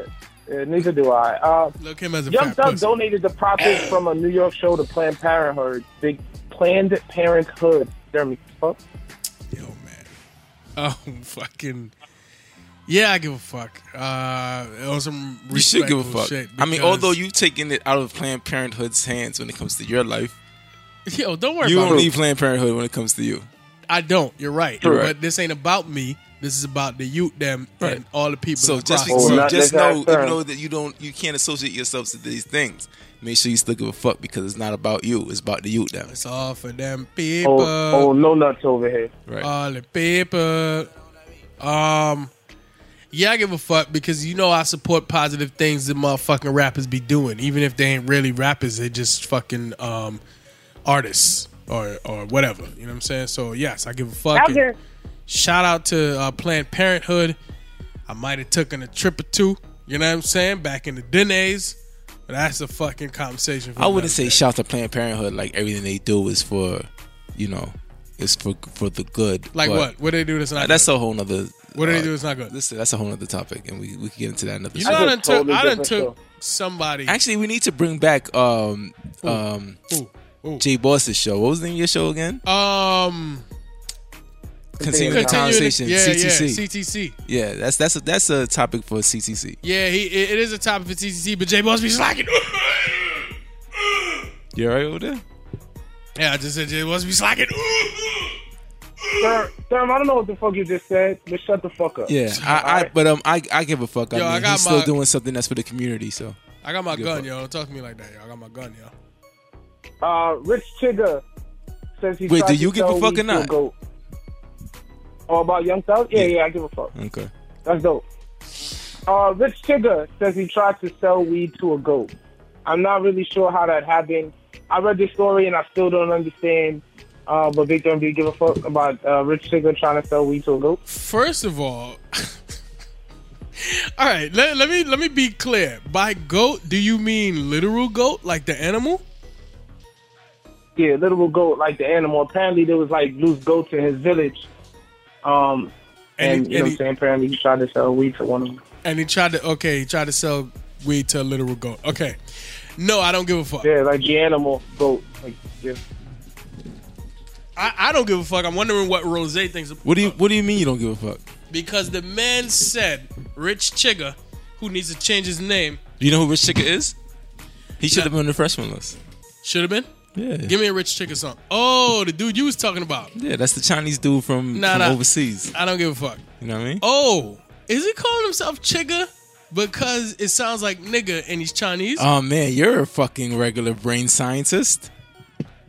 [SPEAKER 4] yeah, neither do I. Uh,
[SPEAKER 3] Look him as a
[SPEAKER 4] Young
[SPEAKER 3] fat
[SPEAKER 4] Thug
[SPEAKER 3] pussy.
[SPEAKER 4] donated the profits from a New York show to Planned Parenthood. Big Planned Parenthood. Jeremy, fuck.
[SPEAKER 3] Yo, man. Oh, fucking. Yeah, I give a fuck. Uh, on some
[SPEAKER 5] You should give a
[SPEAKER 3] respectful
[SPEAKER 5] fuck.
[SPEAKER 3] shit
[SPEAKER 5] I mean,
[SPEAKER 3] because-
[SPEAKER 5] although you taking it out of Planned Parenthood's hands when it comes to your life,
[SPEAKER 3] yo, don't worry
[SPEAKER 5] you
[SPEAKER 3] about
[SPEAKER 5] don't
[SPEAKER 3] it.
[SPEAKER 5] need Planned Parenthood when it comes to you.
[SPEAKER 3] I don't. You're right.
[SPEAKER 5] You're right.
[SPEAKER 3] But this ain't about me. This is about the youth, them,
[SPEAKER 5] Right.
[SPEAKER 3] and all the people.
[SPEAKER 5] So
[SPEAKER 3] in the
[SPEAKER 5] just
[SPEAKER 3] process.
[SPEAKER 5] because,
[SPEAKER 4] Oh, not
[SPEAKER 5] just
[SPEAKER 4] this
[SPEAKER 5] know,
[SPEAKER 4] ass, sir.
[SPEAKER 5] even though that you don't, you can't associate yourselves to these things. Make sure you still give a fuck because it's not about you. It's about the youth now.
[SPEAKER 3] It's all for them people.
[SPEAKER 4] Oh, oh,
[SPEAKER 5] uh,
[SPEAKER 4] no nuts over here.
[SPEAKER 5] Right.
[SPEAKER 3] All the Uh, paper. Um, yeah, I give a fuck because you know I support positive things that motherfucking rappers be doing, even if they ain't really rappers. They just fucking um artists or or whatever. You know what I'm saying? So yes, I give a fuck.
[SPEAKER 4] Out
[SPEAKER 3] And
[SPEAKER 4] here.
[SPEAKER 3] Shout out to uh, Planned Parenthood. I might have taken a trip or two. You know what I'm saying? Back in the days. But that's a fucking conversation. For
[SPEAKER 5] I wouldn't
[SPEAKER 3] another
[SPEAKER 5] say
[SPEAKER 3] day.
[SPEAKER 5] shout to Planned Parenthood like everything they do is for, you know, is for for the good.
[SPEAKER 3] like
[SPEAKER 5] but-
[SPEAKER 3] what? What they do that's not.
[SPEAKER 5] That's
[SPEAKER 3] good?
[SPEAKER 5] a whole nother.
[SPEAKER 3] What do they
[SPEAKER 5] uh,
[SPEAKER 3] do that's not good?
[SPEAKER 5] Listen, that's a whole nother topic, and we we can get into that another.
[SPEAKER 3] You
[SPEAKER 5] time.
[SPEAKER 3] know, I
[SPEAKER 4] That's a
[SPEAKER 3] done took.
[SPEAKER 4] totally
[SPEAKER 3] I done
[SPEAKER 4] different
[SPEAKER 3] took
[SPEAKER 4] show.
[SPEAKER 3] somebody.
[SPEAKER 5] Actually, we need to bring back um um
[SPEAKER 3] Ooh, ooh.
[SPEAKER 5] Jay Boss's show. What was the name of your show again?
[SPEAKER 3] Um,
[SPEAKER 5] Continuing
[SPEAKER 4] Continuing
[SPEAKER 5] conversation.
[SPEAKER 3] Yeah,
[SPEAKER 5] CTC.
[SPEAKER 3] yeah, CTC.
[SPEAKER 5] Yeah, that's that's a, that's a topic for CTC.
[SPEAKER 3] Yeah, he, it, it is a topic for CTC, but J Boss be slacking.
[SPEAKER 5] You alright over there?
[SPEAKER 3] yeah, I just said J Boss be slacking.
[SPEAKER 4] Sir, Sam, I don't know what the fuck you just said, but shut the fuck up.
[SPEAKER 5] Yeah, I, I
[SPEAKER 4] Alright.
[SPEAKER 5] but um I, I give a fuck. I
[SPEAKER 3] Yo,
[SPEAKER 5] mean,
[SPEAKER 3] I got
[SPEAKER 5] he's still
[SPEAKER 3] my-
[SPEAKER 5] doing something that's for the community. So
[SPEAKER 3] I got my
[SPEAKER 5] Good
[SPEAKER 3] gun,
[SPEAKER 5] fuck.
[SPEAKER 3] yo. Don't talk to me like that, yo. I got my gun, yo.
[SPEAKER 4] Uh, Rich Chigga says he
[SPEAKER 5] Wait,
[SPEAKER 4] tried
[SPEAKER 5] do
[SPEAKER 4] to
[SPEAKER 5] you give a
[SPEAKER 4] sell
[SPEAKER 5] fuck
[SPEAKER 4] weed
[SPEAKER 5] or
[SPEAKER 4] to a
[SPEAKER 5] not?
[SPEAKER 4] goat. Oh, about Young Thug? Yeah,
[SPEAKER 5] Yeah.
[SPEAKER 4] yeah, I give a fuck.
[SPEAKER 5] okay,
[SPEAKER 4] That's dope. Uh, Rich Tigger says he tried to sell weed to a goat. I'm not really sure how that happened. I read this story and I still don't understand. Uh, but Victor and B give a fuck about uh, Rich Tigger trying to sell weed to a goat.
[SPEAKER 3] First of all, all right. Let, let me let me be clear. By goat, do you mean literal goat, like the animal?
[SPEAKER 4] Yeah, literal goat, like the animal. Apparently, there was like loose goats in his village. Um,
[SPEAKER 3] And
[SPEAKER 4] and,
[SPEAKER 3] he-
[SPEAKER 4] you know
[SPEAKER 3] and
[SPEAKER 4] what
[SPEAKER 3] he-
[SPEAKER 4] I'm saying? Apparently, he tried to sell weed to one of them.
[SPEAKER 3] And he tried to okay, he tried to sell weed to a literal goat. Okay, no, I don't give a fuck.
[SPEAKER 4] Yeah, like the animal goat. Like, yeah.
[SPEAKER 3] I, I don't give a fuck. I'm wondering what Rose thinks. of-
[SPEAKER 5] what do you what do you mean you don't give a fuck?
[SPEAKER 3] because the man said Rich Chigga, who needs to change his name,
[SPEAKER 5] Do you know who Rich Chicka is? He should have been on the freshman list.
[SPEAKER 3] should have been.
[SPEAKER 5] Yeah,
[SPEAKER 3] Give me a Rich Chigga song. Oh, the dude you was talking about.
[SPEAKER 5] yeah, that's the Chinese dude from,
[SPEAKER 3] Nah,
[SPEAKER 5] from
[SPEAKER 3] nah.
[SPEAKER 5] overseas.
[SPEAKER 3] I don't give a fuck.
[SPEAKER 5] You know what I mean?
[SPEAKER 3] Oh, is he calling himself Chigga because it sounds like nigga and he's Chinese?
[SPEAKER 5] Oh man, you're a fucking regular brain scientist.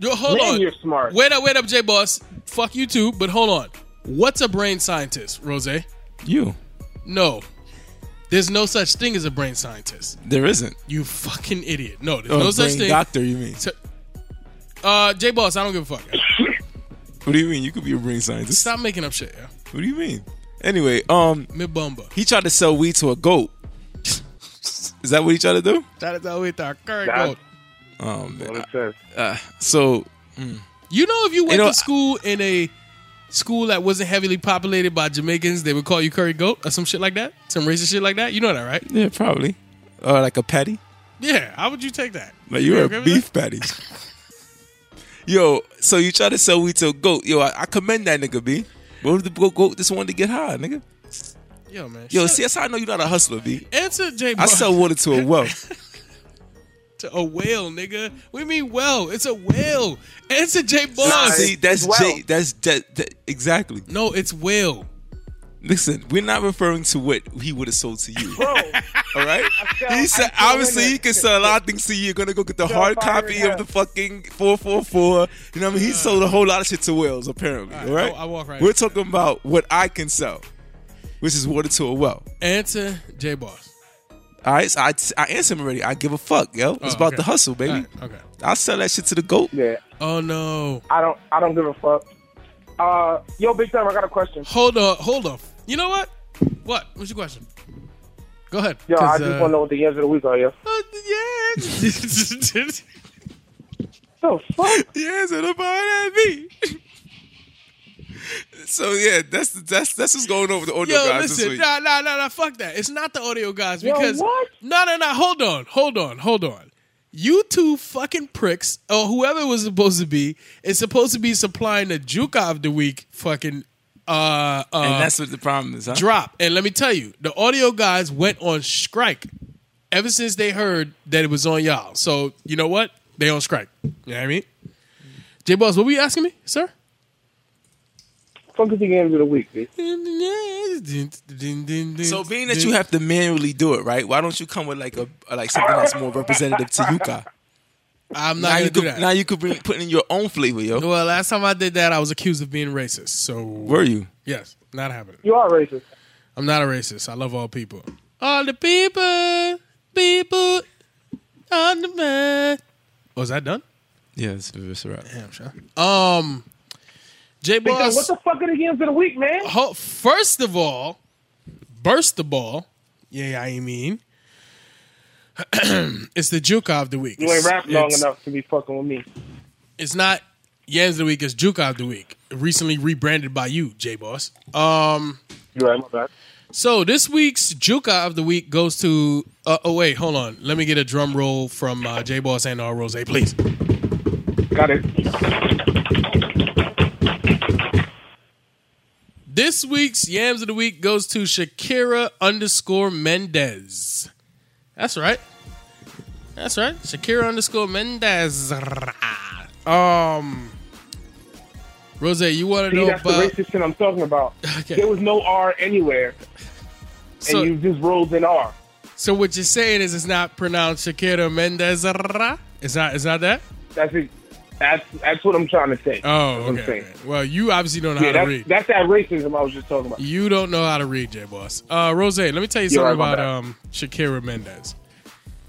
[SPEAKER 3] Yo, hold
[SPEAKER 4] Man,
[SPEAKER 3] on.
[SPEAKER 4] you're smart.
[SPEAKER 3] Wait up, wait up, J Boss. Fuck you too, but hold on. What's a brain scientist, Rose?
[SPEAKER 5] You,
[SPEAKER 3] No. There's no such thing as a brain scientist.
[SPEAKER 5] there isn't.
[SPEAKER 3] You fucking idiot. No, there's
[SPEAKER 5] Oh,
[SPEAKER 3] no such
[SPEAKER 5] brain
[SPEAKER 3] thing.
[SPEAKER 5] doctor. You mean?
[SPEAKER 3] So- uh, J Boss, I don't give a fuck.
[SPEAKER 5] What do you mean? You could be a brain scientist.
[SPEAKER 3] Stop making up shit, yeah.
[SPEAKER 5] What do you mean? Anyway, um,
[SPEAKER 3] Mibumba.
[SPEAKER 5] he tried to sell weed to a goat. is that what he tried to do?
[SPEAKER 3] That is how we thought. Curry
[SPEAKER 4] Nah.
[SPEAKER 3] goat.
[SPEAKER 5] Oh man.
[SPEAKER 4] What it says.
[SPEAKER 5] So
[SPEAKER 3] You know, if you went
[SPEAKER 5] You know,
[SPEAKER 3] to school in a school that wasn't heavily populated by Jamaicans, they would call you curry goat or some shit like that, some racist shit like that. You know that, right?
[SPEAKER 5] yeah, probably. Or uh, like a patty.
[SPEAKER 3] Yeah. How would you take that?
[SPEAKER 5] Like you're
[SPEAKER 3] okay
[SPEAKER 5] a
[SPEAKER 3] with
[SPEAKER 5] beef patty. Yo, so you try to sell weed to a goat. Yo, I, I commend that nigga, B. But what if the goat, goat just wanted to get high, nigga?
[SPEAKER 3] Yo, man.
[SPEAKER 5] Yo,
[SPEAKER 3] Shut-
[SPEAKER 5] see, that's how I know you're not a hustler, B.
[SPEAKER 3] answer J.
[SPEAKER 5] I sell water to a well.
[SPEAKER 3] to a whale, nigga. We mean well. It's a whale. Answer J.
[SPEAKER 5] Nah,
[SPEAKER 3] Boss.
[SPEAKER 5] see, that's
[SPEAKER 4] well.
[SPEAKER 5] J. That's that, that- exactly.
[SPEAKER 3] no, it's whale.
[SPEAKER 5] Listen, we're not referring to what he would have sold to you.
[SPEAKER 4] Bro,
[SPEAKER 5] All right.
[SPEAKER 4] sell-
[SPEAKER 5] He
[SPEAKER 4] I
[SPEAKER 5] said,
[SPEAKER 4] sell
[SPEAKER 5] obviously,
[SPEAKER 4] in
[SPEAKER 5] he
[SPEAKER 4] it.
[SPEAKER 5] can sell a lot of things to you. You're gonna go get the
[SPEAKER 4] Sell
[SPEAKER 5] hard
[SPEAKER 4] fire
[SPEAKER 5] copy
[SPEAKER 4] in
[SPEAKER 5] of the fucking 444. You know what I mean? He sold a whole lot of shit to Wells, apparently. All
[SPEAKER 3] right,
[SPEAKER 5] right.
[SPEAKER 3] I'll- I'll walk right
[SPEAKER 5] We're
[SPEAKER 3] into
[SPEAKER 5] talking about what I can sell, which is water to a well.
[SPEAKER 3] Answer J. Boss.
[SPEAKER 5] All right. So I, I answered him already. I give a fuck, yo. It's
[SPEAKER 3] Oh,
[SPEAKER 5] about
[SPEAKER 3] okay.
[SPEAKER 5] the hustle, baby.
[SPEAKER 3] All right, okay.
[SPEAKER 5] I'll sell that shit to the goat.
[SPEAKER 4] yeah,
[SPEAKER 3] Oh no.
[SPEAKER 4] I don't, I don't give a fuck. Uh, yo, Big Sam, I got a question.
[SPEAKER 3] Hold up. Hold up. You know what? What? What's your question? Go ahead.
[SPEAKER 4] Yo, I
[SPEAKER 3] 'cause,
[SPEAKER 4] just
[SPEAKER 3] uh,
[SPEAKER 4] want to know what the years of the week are, yo.
[SPEAKER 3] Uh, yeah.
[SPEAKER 4] The fuck?
[SPEAKER 5] Yes, and about that me. So yeah, that's that's that's what's going on with the audio
[SPEAKER 3] Yo,
[SPEAKER 5] guys this
[SPEAKER 3] listen,
[SPEAKER 5] week.
[SPEAKER 3] nah, nah, nah, nah, fuck that. It's not the audio guys
[SPEAKER 4] Yo,
[SPEAKER 3] because
[SPEAKER 4] what?
[SPEAKER 3] no, no, no. Hold on, hold on, hold on. You two fucking pricks, or whoever it was supposed to be, is supposed to be supplying the juke of the week fucking uh
[SPEAKER 5] and
[SPEAKER 3] uh
[SPEAKER 5] that's what the problem is. Huh?
[SPEAKER 3] drop. And let me tell you, the audio guys went on strike ever since they heard that it was on y'all. So you know what? They on strike. You know what I mean? J Boss, what were you asking me, sir?
[SPEAKER 4] Fuck is the games of the week, bitch?
[SPEAKER 5] So
[SPEAKER 3] So
[SPEAKER 5] being that you have to manually do it, right? Why don't you come with like a like something that's more representative to Yuka?
[SPEAKER 3] I'm not
[SPEAKER 5] Now
[SPEAKER 3] gonna
[SPEAKER 5] you
[SPEAKER 3] do
[SPEAKER 5] could
[SPEAKER 3] that.
[SPEAKER 5] now you could bring put in your own flavor, yo.
[SPEAKER 3] well, last time I did that, I was accused of being racist. So
[SPEAKER 5] Were you?
[SPEAKER 3] yes, not happening.
[SPEAKER 4] You are racist.
[SPEAKER 3] I'm not a racist. I love all people. All the people, people on the man. Was that done?
[SPEAKER 5] Yes, it's a wrap.
[SPEAKER 3] Damn, sure. Um, J
[SPEAKER 4] Big Sam, what
[SPEAKER 3] Boss.
[SPEAKER 4] the fuck are the games of the week, man?
[SPEAKER 3] ho- First of all, burst the ball. Yeah, I mean, it's the juke of the week.
[SPEAKER 4] You ain't rapped long
[SPEAKER 3] It's-
[SPEAKER 4] enough to be fucking with me.
[SPEAKER 3] it's not Yams of the Week, it's Juke of the Week. Recently rebranded by you, J Boss. Um,
[SPEAKER 4] You right, my bad.
[SPEAKER 3] so this week's Juke of the Week goes to. Uh, oh, wait, hold on. Let me get a drum roll from uh, J Boss and R Rose, please.
[SPEAKER 4] Got it.
[SPEAKER 3] This week's Yams of the Week goes to Shakira underscore Mendez. That's right. That's right. Shakira underscore Mendez. Um, Rose, you want to
[SPEAKER 4] See,
[SPEAKER 3] know
[SPEAKER 4] that's
[SPEAKER 3] about?
[SPEAKER 4] the racist shit I'm talking about.
[SPEAKER 3] Okay.
[SPEAKER 4] There was no R anywhere,
[SPEAKER 3] So,
[SPEAKER 4] and you just rolled an R.
[SPEAKER 3] so what you're saying is it's not pronounced Shakira Mendez. It's not. It's not that.
[SPEAKER 4] That's it. That's that's what I'm trying to say.
[SPEAKER 3] Oh,
[SPEAKER 4] That's what I'm
[SPEAKER 3] okay.
[SPEAKER 4] saying.
[SPEAKER 3] Well, you obviously don't know
[SPEAKER 4] Yeah,
[SPEAKER 3] how to read.
[SPEAKER 4] that's, that's that racism I was just talking about.
[SPEAKER 3] You don't know how to read, J Boss. Uh, Rose, let me tell you
[SPEAKER 4] You're
[SPEAKER 3] something
[SPEAKER 4] right
[SPEAKER 3] about
[SPEAKER 4] about
[SPEAKER 3] um, Shakira Mendez.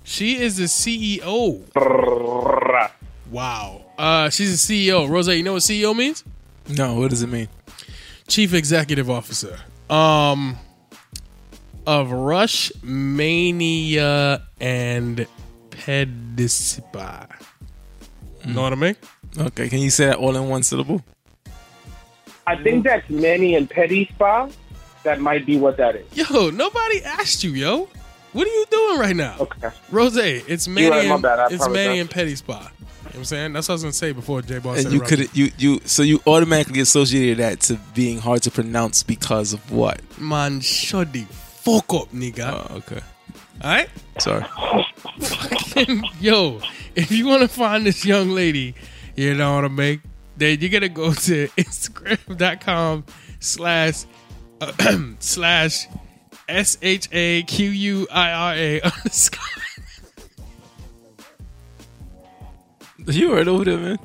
[SPEAKER 3] She is the E CEO. Wow. Uh, she's the CEO. Rose, you know what CEO means?
[SPEAKER 5] No, what does it mean?
[SPEAKER 3] Chief Executive Officer. Um, of Rush Mania and Pedicipa. Know what I mean?
[SPEAKER 5] Okay, can you say that all in one syllable?
[SPEAKER 4] I think that's Manny and Petty Spa. That might be what that is.
[SPEAKER 3] Yo, nobody asked you, yo. What are you doing right now?
[SPEAKER 4] Okay.
[SPEAKER 3] Rose, it's Manny,
[SPEAKER 4] right, my
[SPEAKER 3] and,
[SPEAKER 4] bad, I
[SPEAKER 3] it's Manny
[SPEAKER 4] apologize.
[SPEAKER 3] and Petty Spot. You know what I'm saying? That's what I was gonna say before J Ball said
[SPEAKER 5] And you
[SPEAKER 3] interrupted.
[SPEAKER 5] could you you so you automatically associated that to being hard to pronounce because of what?
[SPEAKER 3] man shut the fuck up, nigga.
[SPEAKER 5] Oh, okay.
[SPEAKER 3] Alright?
[SPEAKER 5] Sorry.
[SPEAKER 3] Yo, if you wanna find this young lady, you know what I mean? Then you gotta go to Instagram.com slash uh, slash S H A Q U I R A underscore.
[SPEAKER 5] You right over there, man.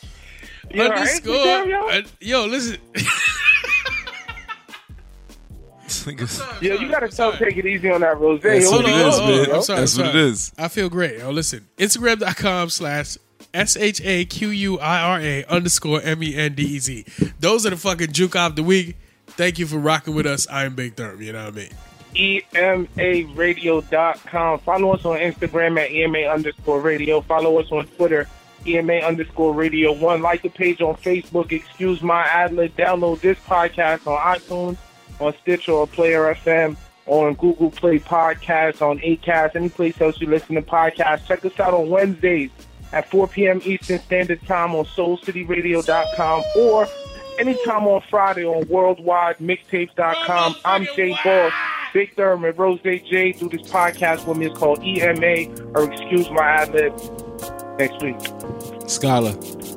[SPEAKER 4] You all right?
[SPEAKER 3] underscore.
[SPEAKER 4] You damn, yo?
[SPEAKER 3] uh, yo, listen.
[SPEAKER 4] Yeah, you gotta tell, take it easy on that rose.
[SPEAKER 5] That's
[SPEAKER 4] Hold
[SPEAKER 5] what it
[SPEAKER 4] on,
[SPEAKER 5] is,
[SPEAKER 4] hold on,
[SPEAKER 5] man.
[SPEAKER 4] yo.
[SPEAKER 3] I'm sorry,
[SPEAKER 5] That's
[SPEAKER 3] I'm sorry.
[SPEAKER 5] what it is.
[SPEAKER 3] I feel great. Yo, listen. Instagram.com slash S H A Q U I R A underscore M E N D E Z. Those are the fucking juke of the week. Thank you for rocking with us. I am Big Therm. You know what I mean?
[SPEAKER 4] E EMARadio.com. Follow us on Instagram at EMA underscore radio. Follow us on Twitter, EMA underscore radio one. Like the page on Facebook, excuse my adlet. Download this podcast on iTunes, on Stitcher or Player FM, on Google Play Podcasts, on ACAST, any place else you listen to podcasts. Check us out on Wednesdays at 4 p.m. Eastern Standard Time on SoulCityRadio.com or anytime on Friday on WorldwideMixtapes.com. I'm Jay Boss. Big Thurman, Rose J do this podcast with me. E It's called EMA or Excuse My Ad Lib next week.
[SPEAKER 5] Scholar.